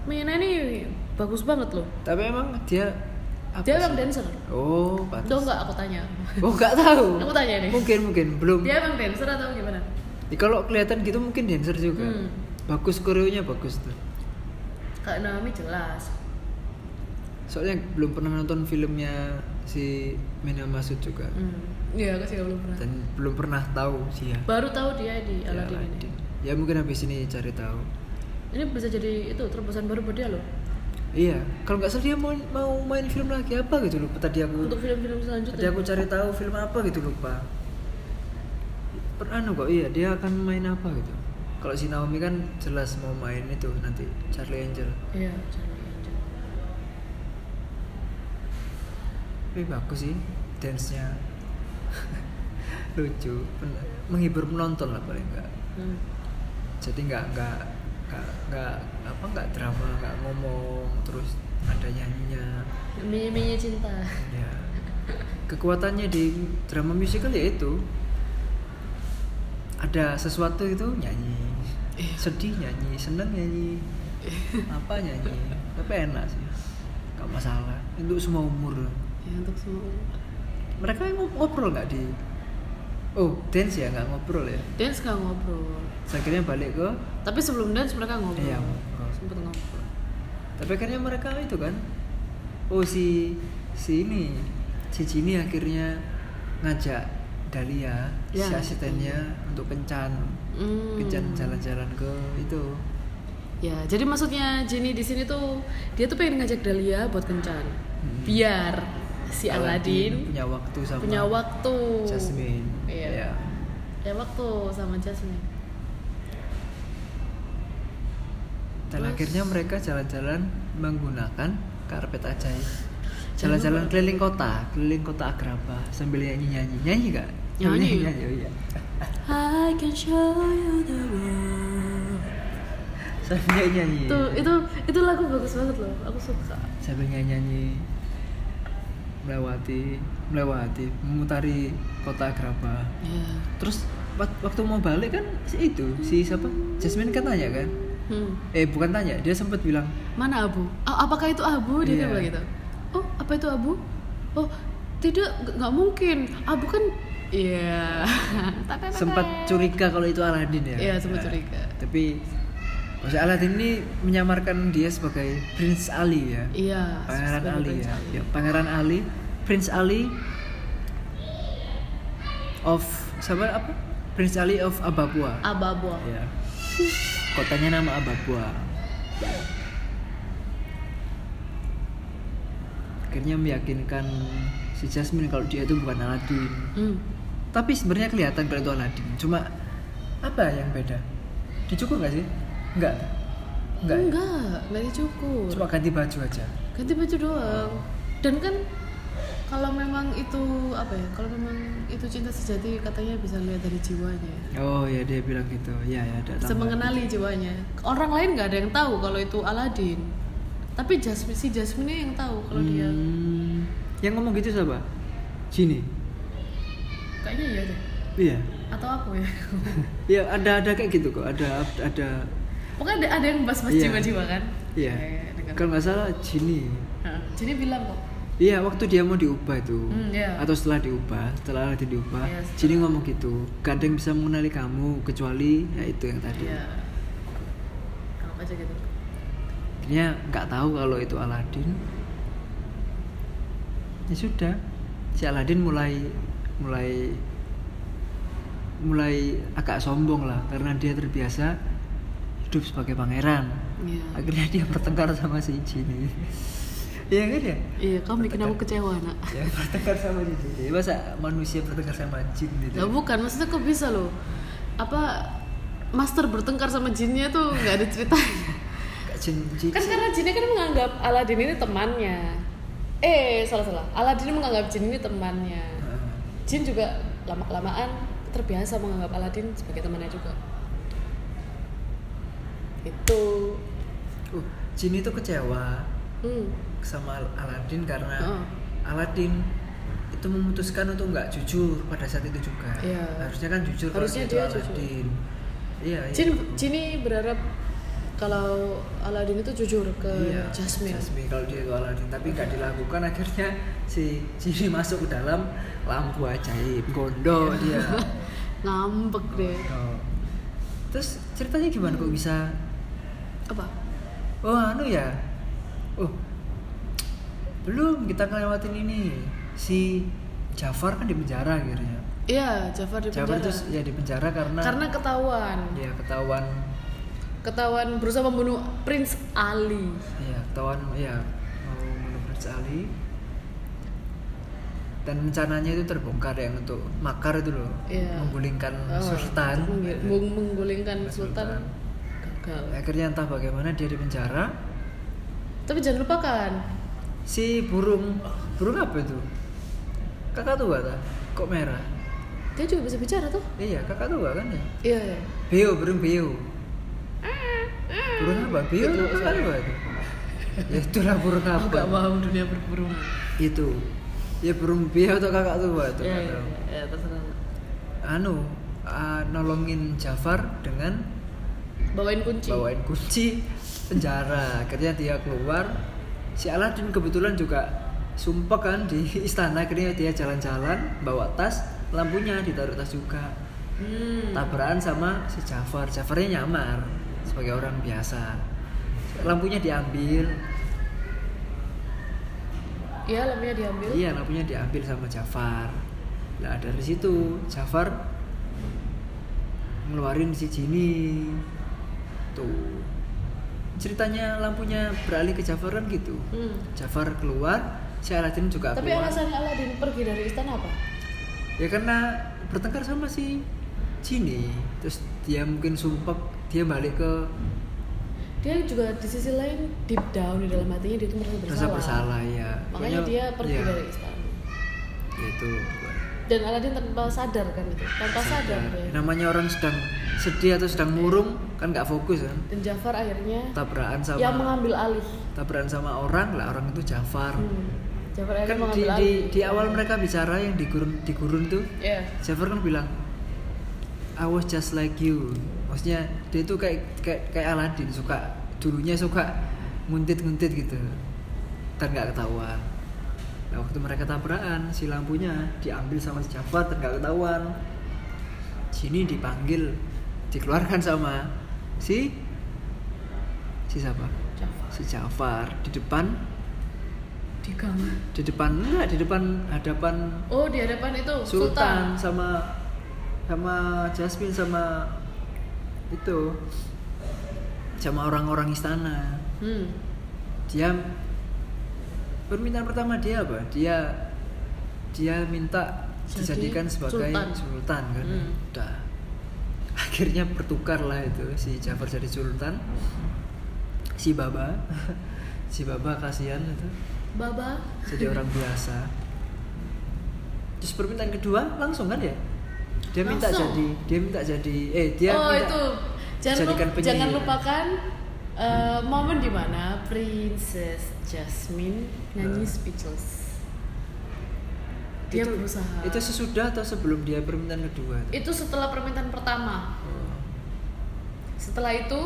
[SPEAKER 3] Mina ini bagus banget loh.
[SPEAKER 1] tapi emang dia apa
[SPEAKER 3] Dia
[SPEAKER 1] sih?
[SPEAKER 3] emang dancer.
[SPEAKER 1] oh
[SPEAKER 3] Tahu
[SPEAKER 1] pantas
[SPEAKER 3] nggak aku tanya?
[SPEAKER 1] oh nggak tahu
[SPEAKER 3] Aku tanya nih.
[SPEAKER 1] mungkin mungkin belum
[SPEAKER 3] Dia emang dancer atau gimana?
[SPEAKER 1] Ya, kalau kelihatan gitu mungkin dancer juga
[SPEAKER 3] Hmm.
[SPEAKER 1] bagus koreonya bagus tuh
[SPEAKER 3] Kak Naomi jelas.
[SPEAKER 1] soalnya belum pernah nonton filmnya si Mina Masud juga
[SPEAKER 3] Hmm. Iya, aku sih belum pernah.
[SPEAKER 1] dan belum pernah tahu sih ya
[SPEAKER 3] Baru tahu dia di
[SPEAKER 1] si
[SPEAKER 3] Aladdin ini.
[SPEAKER 1] Aladdin. ya mungkin habis ini cari tahu
[SPEAKER 3] Ini bisa jadi itu terobosan baru buat dia loh.
[SPEAKER 1] Iya, kalau nggak salah dia mau mau main film lagi apa gitu lupa tadi aku
[SPEAKER 3] Untuk film-film
[SPEAKER 1] tadi
[SPEAKER 3] selanjutnya.
[SPEAKER 1] aku cari tahu film apa gitu lupa. Per anu kok iya dia akan main apa gitu. Kalau si Naomi kan jelas mau main itu nanti Charlie Angel.
[SPEAKER 3] Iya, Charlie Angel.
[SPEAKER 1] Tapi bagus sih dance-nya. <laughs> Lucu, pen- menghibur penonton lah paling enggak.
[SPEAKER 3] Hmm.
[SPEAKER 1] Jadi nggak nggak nggak nggak apa nggak drama nggak ngomong terus ada nyanyinya
[SPEAKER 3] Mimi-mimi cinta.
[SPEAKER 1] Ya. Kekuatannya di drama musical ya itu ada sesuatu itu nyanyi, sedih nyanyi, seneng nyanyi, apa nyanyi, tapi enak sih, gak masalah. Untuk semua umur.
[SPEAKER 3] Ya untuk semua.
[SPEAKER 1] Mereka ngob- ngobrol nggak di, oh dance ya nggak ngobrol ya.
[SPEAKER 3] Dance nggak ngobrol.
[SPEAKER 1] Terus Akhirnya balik ke,
[SPEAKER 3] Tapi sebelum dance mereka ngobrol.
[SPEAKER 1] Iya, ngobrol.
[SPEAKER 3] Sempet ngobrol.
[SPEAKER 1] tapi akhirnya mereka itu kan, oh si si ini, si Jini akhirnya ngajak Dahlia, si
[SPEAKER 3] Ya.
[SPEAKER 1] asistennya untuk kencan.
[SPEAKER 3] Hmm.
[SPEAKER 1] kencan jalan-jalan ke itu
[SPEAKER 3] Ya, jadi maksudnya Jenny di sini tuh dia tuh pengen ngajak Dahlia buat kencan.
[SPEAKER 1] Hmm.
[SPEAKER 3] Biar si Iya Aladdin
[SPEAKER 1] punya waktu sama
[SPEAKER 3] punya waktu.
[SPEAKER 1] Jasmine Ya.
[SPEAKER 3] Iya. Ya waktu sama Jasmine.
[SPEAKER 1] dan
[SPEAKER 3] Terus?
[SPEAKER 1] akhirnya mereka jalan-jalan menggunakan karpet ajaib jalan-jalan keliling kota keliling kota Agraba sambil nyanyi-nyanyi nyanyi gak?
[SPEAKER 3] Nyanyi.
[SPEAKER 1] nyanyi oh iya
[SPEAKER 3] I can show you the world.
[SPEAKER 1] <laughs> sambil nyanyi
[SPEAKER 3] Tuh, itu itu lagu bagus banget loh. Aku suka.
[SPEAKER 1] sambil nyanyi, nyanyi melewati melewati memutari kota Kerapa
[SPEAKER 3] Ya.
[SPEAKER 1] terus wak- waktu mau balik kan si itu si siapa Jasmine kan tanya kan
[SPEAKER 3] Hmm.
[SPEAKER 1] eh bukan tanya dia sempat bilang
[SPEAKER 3] Mana abu? A- apakah itu abu? Dia
[SPEAKER 1] Iya.
[SPEAKER 3] bilang gitu. Oh, apa itu abu? Oh, tidak, nggak- nggak mungkin. Abu kan, iya. <laughs> Tetetetet.
[SPEAKER 1] sempat curiga kalau itu Aladin ya
[SPEAKER 3] Iya, sempat
[SPEAKER 1] Nah,
[SPEAKER 3] curiga.
[SPEAKER 1] tapi maksudnya Aladin ini menyamarkan dia sebagai Prince Ali ya
[SPEAKER 3] Iya.
[SPEAKER 1] Pangeran
[SPEAKER 3] sebagai
[SPEAKER 1] Ali
[SPEAKER 3] Prince
[SPEAKER 1] ya. ya Pangeran Ali Prince Ali of sabar apa Prince Ali of Ababua
[SPEAKER 3] Abu-abu.
[SPEAKER 1] ya kotanya nama Ababua akhirnya meyakinkan si Jasmine kalau dia itu bukan Aladin
[SPEAKER 3] Hmm.
[SPEAKER 1] tapi sebenarnya kelihatan kalau itu Aladin cuma apa yang beda dicukur nggak sih nggak nggak ya?
[SPEAKER 3] Enggak, enggak dicukur.
[SPEAKER 1] cuma ganti baju aja
[SPEAKER 3] ganti baju doang dan kan kalau memang itu apa ya kalau memang itu cinta sejati katanya bisa lihat dari jiwanya
[SPEAKER 1] oh ya dia bilang gitu ya ya ada
[SPEAKER 3] bisa
[SPEAKER 1] tambahan.
[SPEAKER 3] mengenali jiwanya orang lain nggak ada yang tahu kalau itu Aladin tapi Jasmine si Jasmine yang tahu kalau dia
[SPEAKER 1] Hmm, yang ngomong gitu siapa Jini
[SPEAKER 3] kayaknya iya deh
[SPEAKER 1] iya
[SPEAKER 3] atau aku ya <laughs>
[SPEAKER 1] ya ada ada kayak gitu kok ada ada
[SPEAKER 3] pokoknya ada, ada yang bahas-bahas
[SPEAKER 1] Iya.
[SPEAKER 3] jiwa-jiwa kan
[SPEAKER 1] iya
[SPEAKER 3] Kayak dengan-
[SPEAKER 1] kalau nggak salah Jini
[SPEAKER 3] Hah, jadi bilang kok
[SPEAKER 1] Iya, waktu dia mau diubah itu,
[SPEAKER 3] Hmm, iya.
[SPEAKER 1] atau setelah diubah, setelah nanti diubah,
[SPEAKER 3] Iya, setelah.
[SPEAKER 1] Jini ngomong gitu, gak ada yang bisa mengenali kamu kecuali ya itu yang tadi.
[SPEAKER 3] ya apa aja gitu
[SPEAKER 1] Akhirnya nggak tahu kalau itu Aladin. Ya sudah, si Aladin mulai mulai mulai agak sombong lah karena dia terbiasa hidup sebagai pangeran.
[SPEAKER 3] Iya.
[SPEAKER 1] Akhirnya dia bertengkar sama si Jini. Iya kan ya?
[SPEAKER 3] iya kamu bikin aku kecewa nak
[SPEAKER 1] ya bertengkar sama jin jadi masa manusia bertengkar sama jin gitu
[SPEAKER 3] Lah bukan, maksudnya kok bisa loh? Apa master bertengkar sama jinnya tuh nggak ada
[SPEAKER 1] <laughs>
[SPEAKER 3] ceritanya?
[SPEAKER 1] Kayak jin jin
[SPEAKER 3] kan karena jinnya kan menganggap Aladin ini temannya. Eh salah salah, Aladin menganggap jin ini temannya.
[SPEAKER 1] Heeh.
[SPEAKER 3] Jin juga lama kelamaan terbiasa menganggap Aladin sebagai temannya juga. Gitu. Itu,
[SPEAKER 1] Uh, jin itu kecewa
[SPEAKER 3] hmm, Oh.
[SPEAKER 1] sama Al- Aladin karena
[SPEAKER 3] Heeh.
[SPEAKER 1] Aladin itu memutuskan untuk nggak jujur pada saat itu juga
[SPEAKER 3] Iya.
[SPEAKER 1] harusnya kan jujur kalau
[SPEAKER 3] Harusnya
[SPEAKER 1] itu
[SPEAKER 3] dia jujur.
[SPEAKER 1] Aladin iya iya.
[SPEAKER 3] jin Jinny berharap kalau Aladin itu jujur ke
[SPEAKER 1] Iya,
[SPEAKER 3] Jasmine.
[SPEAKER 1] kalau dia itu Aladin tapi nggak dilakukan akhirnya si Jin masuk ke dalam lampu ajaib Iya, gondok dia
[SPEAKER 3] <laughs> Ngambek deh.
[SPEAKER 1] Gondok. terus ceritanya gimana kok bisa
[SPEAKER 3] Apa?
[SPEAKER 1] Oh, anu ya. Oh. Belum kita ngelewatin ini. Si Jafar kan di penjara akhirnya.
[SPEAKER 3] Iya, Jafar di
[SPEAKER 1] Jafar itu
[SPEAKER 3] penjara.
[SPEAKER 1] ya di penjara karena
[SPEAKER 3] Karena ketahuan.
[SPEAKER 1] ya ketahuan
[SPEAKER 3] ketahuan berusaha membunuh Prince Ali.
[SPEAKER 1] ya ketahuan ya mau membunuh Prince Ali. Dan rencananya itu terbongkar yang untuk makar itu loh.
[SPEAKER 3] Iya.
[SPEAKER 1] Menggulingkan
[SPEAKER 3] Oh,
[SPEAKER 1] sultan.
[SPEAKER 3] menggu- meng- menggulingkan Sultan.
[SPEAKER 1] Sultan.
[SPEAKER 3] Gagal.
[SPEAKER 1] Akhirnya entah bagaimana dia di penjara.
[SPEAKER 3] Tapi jangan kan, lupakan,
[SPEAKER 1] Si burung burung apa itu? Kakak tua tak? Kok merah?
[SPEAKER 3] dia juga bisa bicara tuh.
[SPEAKER 1] Iya, kakak tua kan ya?
[SPEAKER 3] Iya, iya.
[SPEAKER 1] Bio, burung bio. Burung apa? Bio itu kakak tua itu. Ya itulah burung
[SPEAKER 3] Aku
[SPEAKER 1] apa?
[SPEAKER 3] gak paham dunia perburuan.
[SPEAKER 1] Itu. Ya burung bio atau kakak tua itu.
[SPEAKER 3] Iya,
[SPEAKER 1] nggak
[SPEAKER 3] iya,
[SPEAKER 1] tahu.
[SPEAKER 3] iya, terserah.
[SPEAKER 1] Anu, ah, nolongin Jafar dengan
[SPEAKER 3] Bawain kunci.
[SPEAKER 1] bawain kunci penjara. Akhirnya dia keluar. Si Aladin kebetulan juga sumpah kan di istana. Akhirnya dia jalan-jalan bawa tas, lampunya ditaruh tas juga.
[SPEAKER 3] Hmm.
[SPEAKER 1] tabrakan sama si Jafar. Jafarnya nyamar sebagai orang biasa. Lampunya diambil.
[SPEAKER 3] Iya, lampunya diambil.
[SPEAKER 1] Iya, lampunya diambil sama Jafar. Nah, dari situ Jafar ngeluarin si Jini. Tuh. Ceritanya lampunya beralih ke Jafar kan gitu.
[SPEAKER 3] Hmm.
[SPEAKER 1] Jafar keluar, si Aladin juga
[SPEAKER 3] Tapi
[SPEAKER 1] keluar.
[SPEAKER 3] alasan Aladin pergi dari istana apa?
[SPEAKER 1] ya karena bertengkar sama si Jini. Terus dia mungkin sumpah dia balik ke
[SPEAKER 3] Dia juga di sisi lain deep down di dalam hatinya dia tuh merasa bersalah.
[SPEAKER 1] rasa
[SPEAKER 3] iya.
[SPEAKER 1] bersalah ya
[SPEAKER 3] Makanya
[SPEAKER 1] Pokoknya-
[SPEAKER 3] dia pergi
[SPEAKER 1] ya,
[SPEAKER 3] dari istana.
[SPEAKER 1] ya itu
[SPEAKER 3] dan Aladin tanpa sadar kan itu tanpa sadar dia
[SPEAKER 1] namanya orang sedang sedih atau sedang murung kan nggak fokus kan
[SPEAKER 3] dan Jafar akhirnya
[SPEAKER 1] tabrakan sama
[SPEAKER 3] yang Ya, mengambil alih
[SPEAKER 1] tabrakan sama orang lah orang itu Jafar
[SPEAKER 3] Hmm. Jafar akhirnya
[SPEAKER 1] kan di,
[SPEAKER 3] mengambil
[SPEAKER 1] di,
[SPEAKER 3] alih
[SPEAKER 1] di awal mereka bicara yang di gurun di gurun tuh
[SPEAKER 3] ya
[SPEAKER 1] Jafar kan bilang I was just like you maksudnya dia itu kayak kayak kayak Aladdin suka dulunya suka nguntit-nguntit gitu dan nggak ketahuan nah, waktu mereka tabrakan si lampunya diambil sama si Jafar dan nggak ketahuan sini dipanggil dikeluarkan sama si si siapa si Jafar di depan
[SPEAKER 3] di kamar
[SPEAKER 1] di depan enggak di depan hadapan
[SPEAKER 3] oh di hadapan itu
[SPEAKER 1] Sultan sama sama Jasmine sama itu sama orang-orang istana
[SPEAKER 3] Hmm.
[SPEAKER 1] dia permintaan pertama dia apa dia dia minta
[SPEAKER 3] Jadi
[SPEAKER 1] dijadikan sebagai
[SPEAKER 3] sultan.
[SPEAKER 1] sultan, kan
[SPEAKER 3] Hmm.
[SPEAKER 1] udah akhirnya bertukar lah itu si Jafar jadi sultan si Baba <laughs> si Baba kasihan itu
[SPEAKER 3] Baba
[SPEAKER 1] jadi orang biasa terus permintaan kedua langsung kan ya dia minta
[SPEAKER 3] Langsung.
[SPEAKER 1] jadi dia minta jadi eh dia
[SPEAKER 3] oh
[SPEAKER 1] minta
[SPEAKER 3] itu jangan, lup-
[SPEAKER 1] jadikan penyihir.
[SPEAKER 3] jangan lupakan eh, momen dimana Princess Jasmine nyanyi
[SPEAKER 1] Hmm.
[SPEAKER 3] speechless dia
[SPEAKER 1] itu,
[SPEAKER 3] berusaha Iya.
[SPEAKER 1] itu sesudah atau sebelum dia permintaan kedua
[SPEAKER 3] itu setelah permintaan pertama
[SPEAKER 1] Oh.
[SPEAKER 3] setelah itu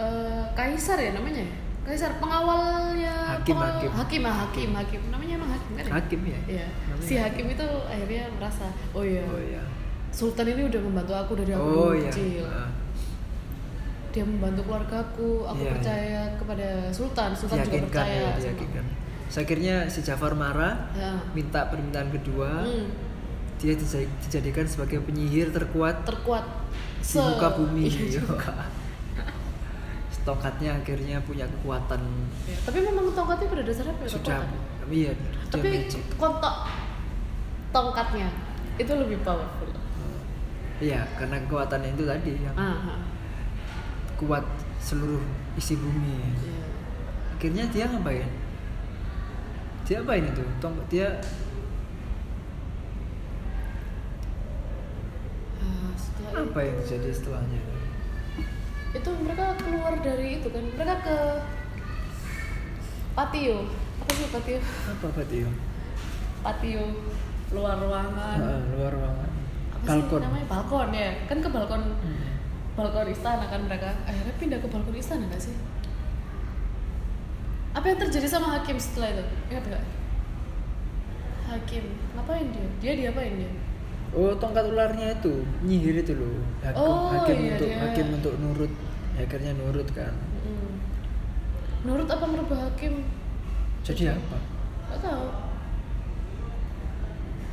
[SPEAKER 3] eh, kaisar ya namanya ya? kaisar pengawalnya
[SPEAKER 1] Hakim,
[SPEAKER 3] pengawal-
[SPEAKER 1] hakim.
[SPEAKER 3] hakim ah, hakim hakim namanya emang hakim kan ya?
[SPEAKER 1] hakim ya
[SPEAKER 3] Iya.
[SPEAKER 1] Namanya
[SPEAKER 3] si hakim itu akhirnya merasa oh iya
[SPEAKER 1] oh ya
[SPEAKER 3] sultan ini udah membantu aku dari aku
[SPEAKER 1] oh
[SPEAKER 3] dulu
[SPEAKER 1] ya
[SPEAKER 3] kecil
[SPEAKER 1] Ah.
[SPEAKER 3] dia membantu keluargaku aku
[SPEAKER 1] Iya,
[SPEAKER 3] percaya kepada sultan sultan juga
[SPEAKER 1] diyakinkan
[SPEAKER 3] percaya
[SPEAKER 1] ya
[SPEAKER 3] sama
[SPEAKER 1] diyakinkan Terus akhirnya si Jafar marah
[SPEAKER 3] aku. Ya.
[SPEAKER 1] minta permintaan kedua
[SPEAKER 3] Hmm,
[SPEAKER 1] dia dija- dijadikan sebagai penyihir terkuat
[SPEAKER 3] terkuat
[SPEAKER 1] di muka bumi
[SPEAKER 3] Iya juga.
[SPEAKER 1] <laughs> stokatnya akhirnya punya kekuatan
[SPEAKER 3] Ya, tapi memang tongkatnya pada dasarnya punya
[SPEAKER 1] sudah
[SPEAKER 3] kekuatan.
[SPEAKER 1] iya dia
[SPEAKER 3] tapi
[SPEAKER 1] magic.
[SPEAKER 3] kontok tongkatnya itu lebih powerful
[SPEAKER 1] iya karena kekuatannya itu tadi yang
[SPEAKER 3] Aha,
[SPEAKER 1] kuat seluruh isi bumi
[SPEAKER 3] iya.
[SPEAKER 1] akhirnya dia ngapain dia apain itu Tong dia
[SPEAKER 3] Ah, setelah
[SPEAKER 1] apa yang jadi setelahnya
[SPEAKER 3] itu, itu mereka keluar dari itu kan mereka ke patio apa sih patio
[SPEAKER 1] apa berarti ya
[SPEAKER 3] patio luar ruangan
[SPEAKER 1] Ah, luar ruangan
[SPEAKER 3] apa
[SPEAKER 1] balkon
[SPEAKER 3] sih namanya balkon ya kan ke balkon
[SPEAKER 1] Hmm.
[SPEAKER 3] balkon istana kan mereka akhirnya pindah ke balkon istana nggak sih apa yang terjadi sama hakim setelah itu ingat nggak hakim ngapain dia dia diapain dia
[SPEAKER 1] oh tongkat ularnya itu nyihir itu loh hakim,
[SPEAKER 3] Oh,
[SPEAKER 1] hakim
[SPEAKER 3] iya,
[SPEAKER 1] untuk
[SPEAKER 3] dia.
[SPEAKER 1] hakim untuk nurut akhirnya nurut kan
[SPEAKER 3] Mm. menurut apa merubah hakim
[SPEAKER 1] jadi apa
[SPEAKER 3] nggak tahu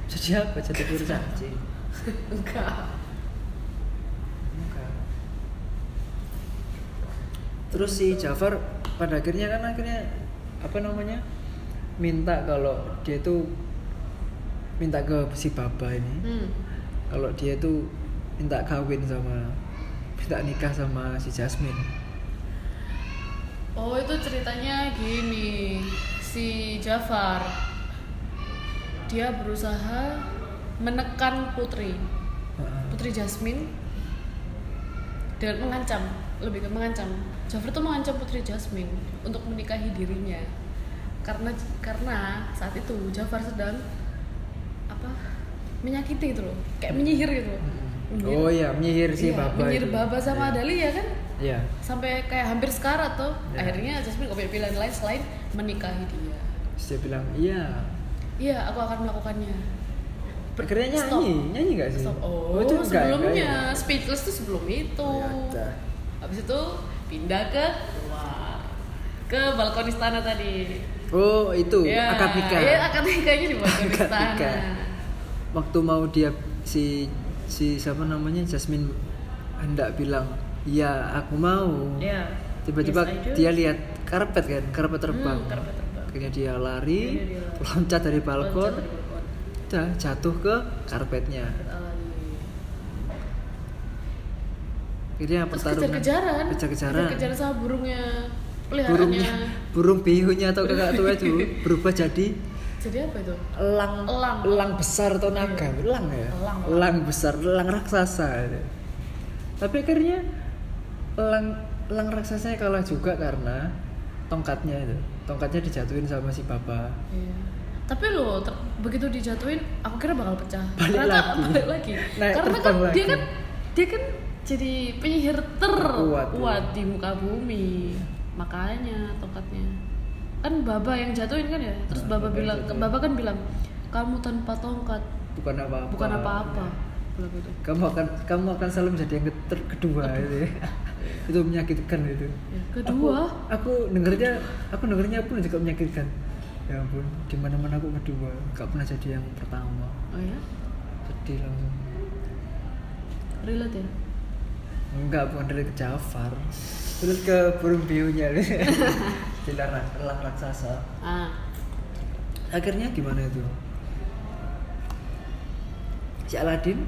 [SPEAKER 1] jadi apa
[SPEAKER 3] <laughs>
[SPEAKER 1] jadi guru cacing
[SPEAKER 3] enggak
[SPEAKER 1] Enggak. Terus si Jafar pada akhirnya kan akhirnya apa namanya minta kalau dia itu minta ke si Baba ini
[SPEAKER 3] hmm.
[SPEAKER 1] kalau dia itu minta kawin sama minta nikah sama si Jasmine.
[SPEAKER 3] oh itu ceritanya gini si Jafar dia berusaha menekan putri
[SPEAKER 1] Heeh.
[SPEAKER 3] Putri Jasmine dan mengancam lebih ke mengancam Jafar tuh mengancam Putri Jasmine untuk menikahi dirinya karena karena saat itu Jafar sedang apa menyakiti gitu loh kayak menyihir gitu loh Menyihir.
[SPEAKER 1] Oh iya, menyihir si
[SPEAKER 3] Iya,
[SPEAKER 1] Baba.
[SPEAKER 3] menyihir
[SPEAKER 1] itu.
[SPEAKER 3] Baba sama
[SPEAKER 1] Iya.
[SPEAKER 3] Dahlia kan
[SPEAKER 1] Iya.
[SPEAKER 3] sampai kayak hampir sekarat tuh
[SPEAKER 1] Iya.
[SPEAKER 3] akhirnya Jasmine gak punya pilihan lain selain menikahi dia
[SPEAKER 1] Terus dia bilang, "Iya."
[SPEAKER 3] iya aku akan melakukannya Ber-
[SPEAKER 1] Akhirnya
[SPEAKER 3] stop.
[SPEAKER 1] nyanyi, nyanyi gak sih?
[SPEAKER 3] Stop.
[SPEAKER 1] itu ya? enggak, Oh,
[SPEAKER 3] Oh,
[SPEAKER 1] iya, enggak,
[SPEAKER 3] sebelumnya
[SPEAKER 1] enggak.
[SPEAKER 3] speechless tuh sebelum itu.
[SPEAKER 1] Ternyata.
[SPEAKER 3] Habis itu pindah ke luar ke balkon istana tadi.
[SPEAKER 1] Oh, itu
[SPEAKER 3] Ya,
[SPEAKER 1] akad nikah.
[SPEAKER 3] Ya, akad nikahnya di balkon
[SPEAKER 1] Akad
[SPEAKER 3] istana.
[SPEAKER 1] nikah. waktu mau dia si si siapa namanya Jasmine hendak bilang iya aku mau
[SPEAKER 3] Ya.
[SPEAKER 1] tiba-tiba
[SPEAKER 3] Yes, I do.
[SPEAKER 1] dia lihat karpet kan karpet terbang
[SPEAKER 3] Hmm, karpet terbang.
[SPEAKER 1] akhirnya dia lari
[SPEAKER 3] Akhirnya dia lari.
[SPEAKER 1] loncat dari balkon
[SPEAKER 3] Loncat dari balkon.
[SPEAKER 1] udah jatuh ke karpetnya
[SPEAKER 3] Alami.
[SPEAKER 1] akhirnya
[SPEAKER 3] Terus
[SPEAKER 1] pertarungan
[SPEAKER 3] kejar-kejaran.
[SPEAKER 1] kejar-kejaran
[SPEAKER 3] Kejar-kejaran sama burungnya peliharaannya.
[SPEAKER 1] burungnya burung bihunnya atau kakak tua itu berubah jadi
[SPEAKER 4] jadi apa itu
[SPEAKER 1] elang
[SPEAKER 3] Elang. Iya.
[SPEAKER 1] besar atau naga elang ya
[SPEAKER 3] Elang.
[SPEAKER 1] elang besar elang raksasa itu. tapi akhirnya elang elang raksasanya kalah juga karena tongkatnya itu tongkatnya dijatuhin sama si bapak
[SPEAKER 3] Iya. Tapi lo ter- begitu dijatuhin, aku kira bakal pecah.
[SPEAKER 1] Balik
[SPEAKER 3] Ternyata
[SPEAKER 1] lagi.
[SPEAKER 3] balik lagi.
[SPEAKER 1] <laughs> Naik
[SPEAKER 3] Karena kan
[SPEAKER 1] terbang
[SPEAKER 3] dia
[SPEAKER 1] lagi.
[SPEAKER 3] kan dia kan jadi penyihir
[SPEAKER 1] Terkuat,
[SPEAKER 3] terkuat
[SPEAKER 1] iya.
[SPEAKER 3] di muka bumi. Makanya tongkatnya. Kan Baba yang jatuhin kan ya. Terus
[SPEAKER 1] Nah,
[SPEAKER 3] Baba
[SPEAKER 1] Baba yang
[SPEAKER 3] bilang,
[SPEAKER 1] jatuhin.
[SPEAKER 3] Baba kan bilang, kamu tanpa tongkat
[SPEAKER 1] bukan apa-apa
[SPEAKER 3] bukan apa-apa. Bilang gitu.
[SPEAKER 1] kamu akan kamu akan selalu menjadi yang keter kedua itu ya. <laughs> itu menyakitkan itu
[SPEAKER 3] Ya, kedua,
[SPEAKER 1] aku, aku dengernya aku dengernya pun juga menyakitkan ya ampun di mana mana aku kedua gak pernah jadi yang pertama
[SPEAKER 3] oh ya,
[SPEAKER 1] sedih langsung
[SPEAKER 3] relate ya.
[SPEAKER 1] enggak bukan dari ke Jafar terus ke burung
[SPEAKER 3] <laughs>
[SPEAKER 1] biunya <laughs> dilarang elang raksasa
[SPEAKER 4] ah
[SPEAKER 1] akhirnya gimana itu si Aladin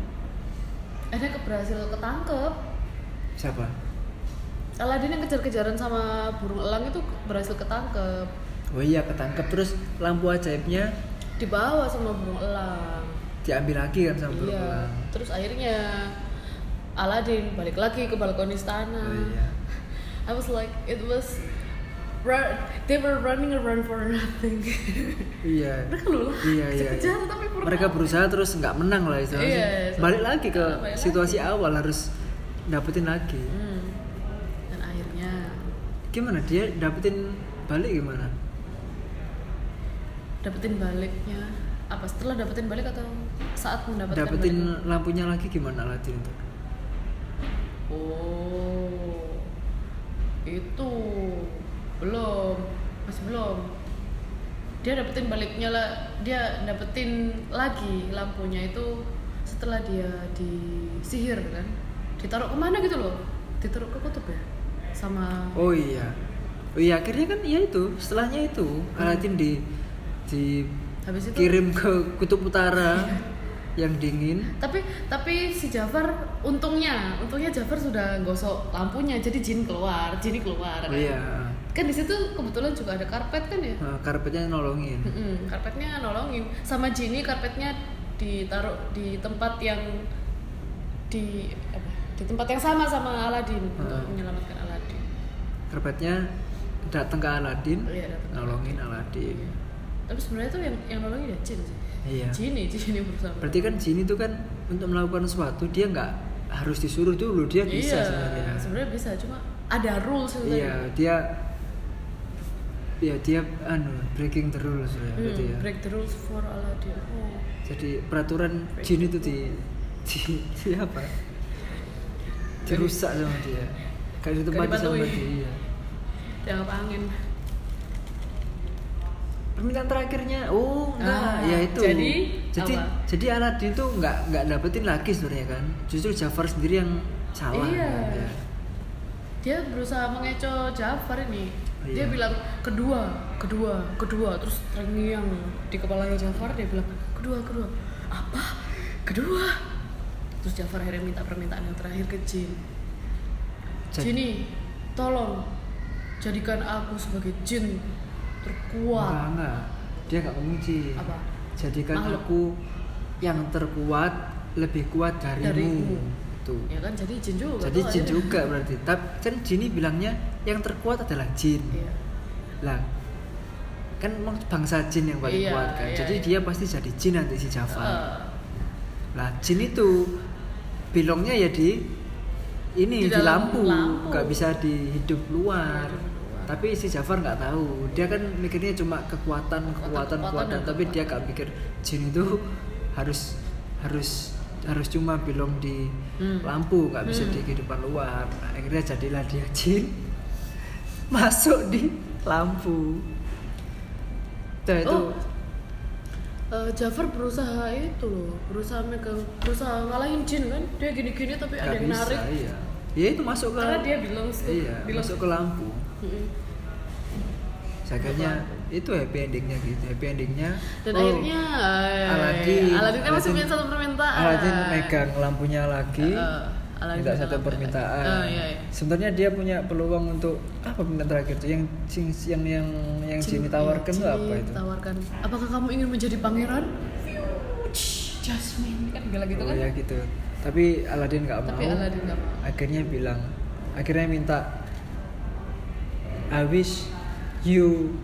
[SPEAKER 3] Ada keberhasil ketangkep.
[SPEAKER 1] siapa
[SPEAKER 3] Aladin yang kejar-kejaran sama burung elang itu berhasil ketangkep.
[SPEAKER 1] oh iya ketangkep terus lampu ajaibnya
[SPEAKER 3] Dibawa sama burung elang.
[SPEAKER 1] diambil lagi kan sama burung
[SPEAKER 3] Iya.
[SPEAKER 1] elang
[SPEAKER 3] Terus akhirnya Aladin balik lagi ke balkon istana.
[SPEAKER 1] oh iya
[SPEAKER 3] I was like, it was run, they were running around for nothing. <laughs>
[SPEAKER 1] iya
[SPEAKER 3] Mereka loh.
[SPEAKER 1] iya iya
[SPEAKER 3] Kejar tapi for
[SPEAKER 1] mereka
[SPEAKER 3] nothing.
[SPEAKER 1] berusaha terus nggak menang lah istilahnya
[SPEAKER 3] Iya, iya.
[SPEAKER 1] balik lagi ke
[SPEAKER 3] Balik lagi.
[SPEAKER 1] situasi awal harus dapetin lagi
[SPEAKER 3] Hmm. Dan akhirnya
[SPEAKER 1] gimana dia dapetin balik gimana
[SPEAKER 3] dapetin baliknya apa setelah dapetin balik atau saat mendapatkan
[SPEAKER 1] dapetin
[SPEAKER 3] balik?
[SPEAKER 1] lampunya lagi gimana Aladin itu
[SPEAKER 3] Oh, itu belum, masih belum. Dia dapetin baliknya lah, dia dapetin lagi lampunya itu setelah dia disihir kan, ditaruh kemana gitu loh? Ditaruh ke kutub ya, sama
[SPEAKER 1] Oh iya. Oh iya, akhirnya kan ya itu, setelahnya itu Aladin di
[SPEAKER 3] habis itu.
[SPEAKER 1] dikirim ke kutub utara yang dingin.
[SPEAKER 3] Tapi tapi si Jafar untungnya, untungnya Jafar sudah gosok lampunya, jadi jin keluar, jin keluar.
[SPEAKER 1] Oh iya.
[SPEAKER 3] Kan di situ kebetulan juga ada karpet kan ya?
[SPEAKER 1] Nah, karpetnya nolongin.
[SPEAKER 3] Mm-mm, karpetnya nolongin sama Jinny karpetnya ditaruh di tempat yang di apa, di tempat yang sama sama Aladin untuk
[SPEAKER 1] Hmm.
[SPEAKER 3] menyelamatkan Aladin
[SPEAKER 1] Karpetnya datang ke Aladin,
[SPEAKER 3] Iya, datang ke
[SPEAKER 1] nolongin Aladin.
[SPEAKER 3] tapi sebenarnya tuh yang yang nolongin ya Jin sih
[SPEAKER 1] Iya.
[SPEAKER 3] Jinny Jinny bersama
[SPEAKER 1] Berarti kan jin itu kan untuk melakukan sesuatu dia nggak harus disuruh dulu, dia bisa
[SPEAKER 3] iya,
[SPEAKER 1] sebenarnya.
[SPEAKER 3] sebenarnya bisa cuma ada rules
[SPEAKER 1] Iya,
[SPEAKER 3] sebenarnya
[SPEAKER 1] dia ya dia anu breaking the rules ya, berarti
[SPEAKER 3] Hmm,
[SPEAKER 1] ya.
[SPEAKER 3] break the rules for Aladin oh.
[SPEAKER 1] jadi peraturan jin itu di di, di apa dirusak sama dia kayak ditempati sama
[SPEAKER 3] dipatuhi.
[SPEAKER 1] dia iya.
[SPEAKER 3] dianggap angin
[SPEAKER 1] permintaan terakhirnya oh enggak
[SPEAKER 3] Ah,
[SPEAKER 1] ya itu
[SPEAKER 3] jadi
[SPEAKER 1] jadi
[SPEAKER 3] apa?
[SPEAKER 1] jadi Aladin tuh nggak nggak dapetin lagi sebenarnya kan justru Jafar sendiri yang salah
[SPEAKER 3] Iya.
[SPEAKER 1] kan, ya.
[SPEAKER 3] dia berusaha mengecoh Jafar ini dia
[SPEAKER 1] Iya.
[SPEAKER 3] bilang kedua kedua kedua terus terngiang di kepalanya Jafar dia bilang kedua kedua apa kedua terus Jafar akhirnya minta permintaan yang terakhir ke Jin
[SPEAKER 1] Jadi-
[SPEAKER 3] Jinny tolong jadikan aku sebagai Jin
[SPEAKER 1] enggak
[SPEAKER 3] terkuat
[SPEAKER 1] enggak dia nggak ngomong jin
[SPEAKER 3] apa
[SPEAKER 1] jadikan
[SPEAKER 3] Makhluk.
[SPEAKER 1] aku yang terkuat lebih kuat darimu,
[SPEAKER 3] Darimu.
[SPEAKER 1] Itu.
[SPEAKER 3] ya kan jadi Jin juga
[SPEAKER 1] jadi
[SPEAKER 3] tuh
[SPEAKER 1] jin
[SPEAKER 3] akhirnya.
[SPEAKER 1] juga berarti tapi kan Jinny bilangnya yang terkuat adalah jin
[SPEAKER 3] Iya.
[SPEAKER 1] lah kan emang bangsa jin yang paling
[SPEAKER 3] Iya,
[SPEAKER 1] kuat kan
[SPEAKER 3] iya,
[SPEAKER 1] jadi
[SPEAKER 3] iya.
[SPEAKER 1] dia pasti jadi jin nanti si Jafar
[SPEAKER 3] Eh,
[SPEAKER 1] lah jin itu belongnya ya di ini di,
[SPEAKER 3] Di dalam
[SPEAKER 1] lampu
[SPEAKER 3] lampu. Iya,
[SPEAKER 1] nggak bisa di hidup luar tapi si Jafar nggak tahu dia kan mikirnya cuma kekuatan kekuatan kekuatan
[SPEAKER 3] Kekuatan, kekuatan,
[SPEAKER 1] tapi
[SPEAKER 3] dan
[SPEAKER 1] dia nggak mikir jin itu harus harus harus cuma belong di
[SPEAKER 3] Hmm.
[SPEAKER 1] lampu nggak bisa di kehidupan luar Nah, akhirnya jadilah dia jin <laughs> masuk di lampu Nah, itu
[SPEAKER 3] Oh, Eh, Jafar berusaha itu loh, berusaha megang, berusaha ngalahin Jin kan. Dia gini-gini tapi ada
[SPEAKER 1] nggak
[SPEAKER 3] yang
[SPEAKER 1] bisa
[SPEAKER 3] narik.
[SPEAKER 1] iya ya itu masuk ke
[SPEAKER 3] Karena dia bilang
[SPEAKER 1] iya
[SPEAKER 3] bilang
[SPEAKER 1] masuk ke lampu
[SPEAKER 3] Mm-mm.
[SPEAKER 1] Sakanya itu happy endingnya gitu happy endingnya
[SPEAKER 3] Dan
[SPEAKER 1] oh,
[SPEAKER 3] akhirnya eh,
[SPEAKER 1] Aladin
[SPEAKER 3] Aladin
[SPEAKER 1] Aladin-
[SPEAKER 3] kan masih
[SPEAKER 5] eh,
[SPEAKER 3] punya satu permintaan.
[SPEAKER 1] Aladin megang lampunya lagi
[SPEAKER 3] Eh,
[SPEAKER 5] Ala
[SPEAKER 1] minta
[SPEAKER 5] minta
[SPEAKER 1] satu
[SPEAKER 5] apa?
[SPEAKER 1] permintaan.
[SPEAKER 5] Ah, iya, iya.
[SPEAKER 1] Sebenarnya dia punya peluang untuk apa permintaan terakhir tuh yang sing- yang yang yang
[SPEAKER 3] eh,
[SPEAKER 1] Jimmy tawarkan tuh
[SPEAKER 5] Jimmy
[SPEAKER 1] apa itu?
[SPEAKER 5] tawarkan apakah kamu ingin menjadi pangeran Shhh, Jasmine kan gila gitu
[SPEAKER 1] Oh
[SPEAKER 5] kan
[SPEAKER 1] ya gitu. Tapi Aladin nggak mau.
[SPEAKER 5] tapi Aladin nggak mau
[SPEAKER 1] Akhirnya bilang, akhirnya minta I wish you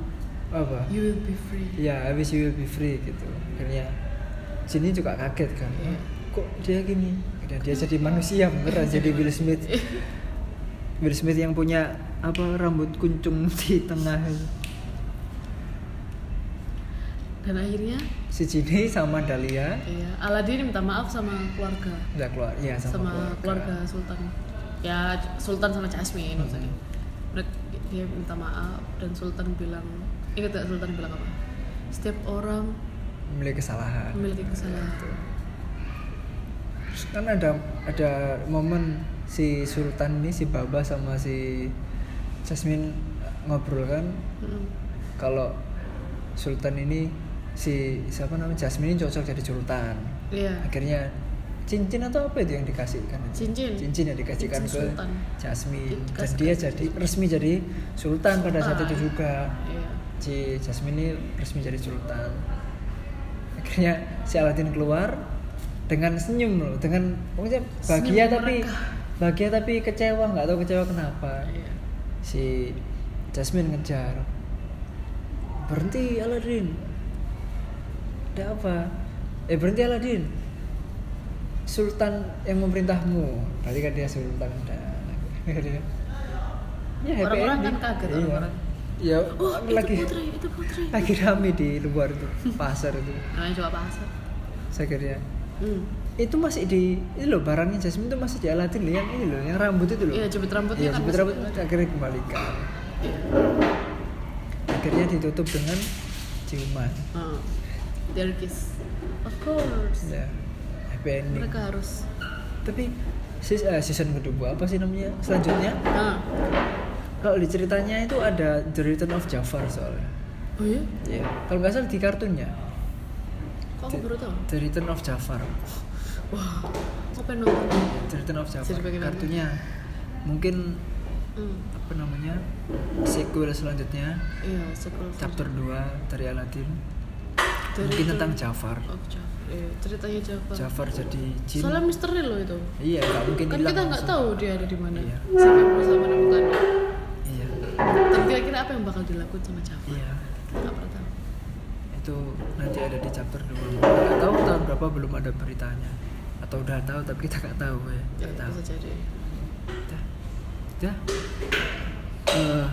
[SPEAKER 1] apa?
[SPEAKER 5] you will be free
[SPEAKER 1] Ya, I wish you will be free gitu. Akhirnya sini juga kaget kan.
[SPEAKER 5] Iya.
[SPEAKER 1] Kok dia gini? Akhirnya dia jadi manusia beneran jadi
[SPEAKER 5] <laughs>
[SPEAKER 1] Will Smith. Will Smith yang punya apa rambut kuncung di tengah
[SPEAKER 5] dan akhirnya
[SPEAKER 1] si Jinny sama Dahlia
[SPEAKER 5] ya
[SPEAKER 3] iya,
[SPEAKER 5] Aladin minta maaf sama keluarga
[SPEAKER 1] nggak keluar ya sama,
[SPEAKER 5] sama, keluarga. Sultan ya J- Sultan sama Jasmine maksudnya Mereka, dia minta maaf dan Sultan bilang ingat gak Sultan bilang apa setiap orang
[SPEAKER 1] memiliki kesalahan
[SPEAKER 5] memiliki kesalahan Hmm.
[SPEAKER 1] Terus kan ada ada momen si Sultan nih si Baba sama si Jasmine ngobrol kan
[SPEAKER 5] Mm-mm.
[SPEAKER 1] kalau Sultan ini si siapa namanya Jasmine ini cocok jadi sultan
[SPEAKER 5] iya
[SPEAKER 1] akhirnya cincin atau apa itu yang dikasihkan
[SPEAKER 5] Cincin.
[SPEAKER 1] cincin yang dikasihkan
[SPEAKER 5] Cincin
[SPEAKER 1] ke
[SPEAKER 5] sultan.
[SPEAKER 1] Jasmine dan
[SPEAKER 5] Dikasihkan
[SPEAKER 1] dia
[SPEAKER 5] ke
[SPEAKER 1] jadi resmi jadi sultan pada saat
[SPEAKER 5] Sultan.
[SPEAKER 1] itu juga
[SPEAKER 5] iya
[SPEAKER 1] si Jasmine ini resmi jadi sultan akhirnya si Aladdin keluar dengan senyum loh dengan pokoknya bahagia
[SPEAKER 5] Senyum
[SPEAKER 1] tapi
[SPEAKER 5] mereka.
[SPEAKER 1] bahagia tapi kecewa nggak tahu kecewa kenapa
[SPEAKER 5] iya
[SPEAKER 1] si Jasmine ngejar berhenti Aladin ada apa eh berhenti Aladin Sultan yang memerintahmu berarti kan dia Sultan <laughs> udah Akhirnya, ya happy
[SPEAKER 5] Orang-orang kan
[SPEAKER 1] ending.
[SPEAKER 5] kaget,
[SPEAKER 1] Iya.
[SPEAKER 5] orang-orang.
[SPEAKER 1] ya
[SPEAKER 3] oh
[SPEAKER 1] lagi
[SPEAKER 3] itu putri itu putri
[SPEAKER 1] lagi rame di luar itu pasar itu
[SPEAKER 5] namanya juga pasar
[SPEAKER 1] saya kira
[SPEAKER 5] hmm.
[SPEAKER 1] itu masih di itu loh barangnya Jasmine itu masih di Aladin loh yang ini loh yang rambut itu loh
[SPEAKER 5] iya jepit rambutnya
[SPEAKER 1] Iya,
[SPEAKER 5] kan
[SPEAKER 1] sebut
[SPEAKER 5] masih-
[SPEAKER 1] rambut akhirnya kembalikan.
[SPEAKER 5] Iya.
[SPEAKER 1] Akhirnya ditutup dengan ciuman.
[SPEAKER 5] Ah, their kiss of course
[SPEAKER 1] Ya, happy ending.
[SPEAKER 5] mereka harus
[SPEAKER 1] Tapi sis- eh, season kedua apa sih namanya? Selanjutnya
[SPEAKER 5] nah
[SPEAKER 1] kalau di ceritanya itu ada The Return of Jafar soalnya.
[SPEAKER 5] oh iya
[SPEAKER 1] Iya. Kalau nggak salah di kartunnya
[SPEAKER 5] kok aku baru tahu
[SPEAKER 1] The Return of Jafar.
[SPEAKER 5] wah aku pengen nonton
[SPEAKER 1] The Return of Jafar.
[SPEAKER 5] Jadi bagaimana?
[SPEAKER 1] Kartunya mungkin
[SPEAKER 5] hmm.
[SPEAKER 1] apa namanya sequel selanjutnya
[SPEAKER 5] iya sequel
[SPEAKER 1] chapter 2 dari Aladdin
[SPEAKER 5] The
[SPEAKER 1] mungkin
[SPEAKER 5] Return
[SPEAKER 1] tentang Jafar.
[SPEAKER 5] of Jafar iya, ceritanya Jafar
[SPEAKER 1] Jafar jadi jin.
[SPEAKER 5] soalnya misteri loh itu
[SPEAKER 1] Iya, nggak mungkin
[SPEAKER 5] kan
[SPEAKER 1] hilang
[SPEAKER 5] kita nggak
[SPEAKER 1] langsung.
[SPEAKER 5] tahu dia ada di mana
[SPEAKER 1] Iya.
[SPEAKER 5] sampai berusaha menemukannya
[SPEAKER 1] Iya,
[SPEAKER 5] tapi kira-kira apa yang bakal dilakukan sama Jafar
[SPEAKER 1] iya.
[SPEAKER 5] Kita nggak pernah tahu Ya,
[SPEAKER 1] Itu nanti ada di chapter 2 Nggak tahu tahun berapa belum ada beritanya. Atau udah tahu tapi kita nggak tahu ya.
[SPEAKER 5] ya,
[SPEAKER 1] Nggak tahu.
[SPEAKER 5] bisa jadi
[SPEAKER 1] Udah. Udah. Eh,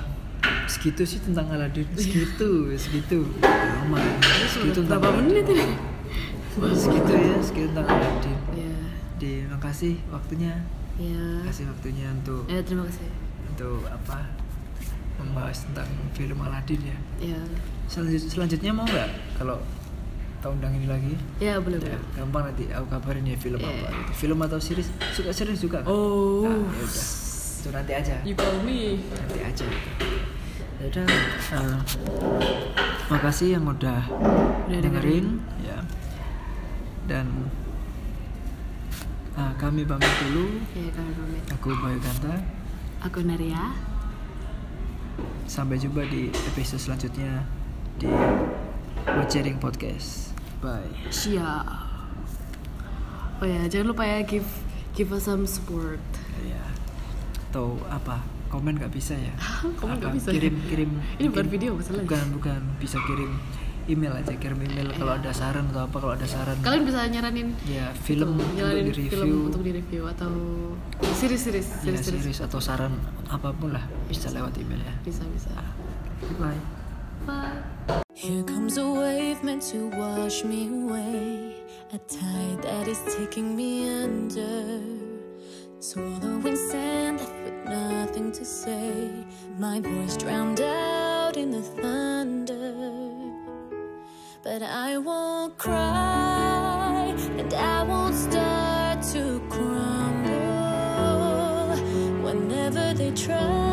[SPEAKER 1] segitu sih tentang Aladdin.
[SPEAKER 3] Iya.
[SPEAKER 1] Segitu, segitu. Lama. ya. Segitu tentang
[SPEAKER 3] berapa
[SPEAKER 1] Aladdin.
[SPEAKER 3] menit ini
[SPEAKER 1] Segitu ya, segitu tentang Aladdin.
[SPEAKER 3] ya
[SPEAKER 1] Terima kasih waktunya.
[SPEAKER 3] ya
[SPEAKER 1] Kasih waktunya untuk
[SPEAKER 3] ya terima kasih
[SPEAKER 1] untuk apa? Membahas tentang film Aladdin ya.
[SPEAKER 3] ya
[SPEAKER 1] Selanjut- selanjutnya mau nggak kalau kita undang ini lagi?
[SPEAKER 3] ya boleh
[SPEAKER 1] Ya,
[SPEAKER 3] boleh
[SPEAKER 1] gampang nanti aku kabarin ya film apa gitu. Film atau series suka series juga kan?
[SPEAKER 3] oh
[SPEAKER 1] Nah, ya udah. Itu nanti aja.
[SPEAKER 5] you call me
[SPEAKER 1] Nanti aja. gitu. Ya udah. eh, makasih yang udah, dengerin ya. Dan eh, kami pamit dulu.
[SPEAKER 3] ya kami pamit
[SPEAKER 1] Aku Bayu Ganta.
[SPEAKER 3] aku Naria
[SPEAKER 1] Sampai jumpa di episode selanjutnya di Wajering Podcast. Bye.
[SPEAKER 3] Sia oh ya jangan lupa ya give give us some support
[SPEAKER 1] ya atau apa komen nggak bisa ya
[SPEAKER 5] Komen nggak
[SPEAKER 1] Apa,
[SPEAKER 5] bisa ya?
[SPEAKER 1] kirim kirim
[SPEAKER 3] Ini bukan
[SPEAKER 1] mungkin-
[SPEAKER 3] video, masalahnya.
[SPEAKER 1] bukan bukan bisa kirim email aja kirim email kalau ada saran atau apa kalau ada saran
[SPEAKER 3] kalian bisa nyaranin
[SPEAKER 1] ya film
[SPEAKER 3] tuh,
[SPEAKER 1] untuk
[SPEAKER 3] nyaranin
[SPEAKER 1] di review
[SPEAKER 3] film untuk di review atau series series
[SPEAKER 1] ya,
[SPEAKER 3] series, series.
[SPEAKER 1] series atau saran apapun lah bisa lewat email ya
[SPEAKER 3] bisa bisa
[SPEAKER 1] bye
[SPEAKER 3] bye
[SPEAKER 6] Here comes a wave meant to wash me away. A tide that is taking me under. Swallowing sand left with nothing to say. My voice drowned out in the thunder. But I won't cry, and I won't start to crumble whenever they try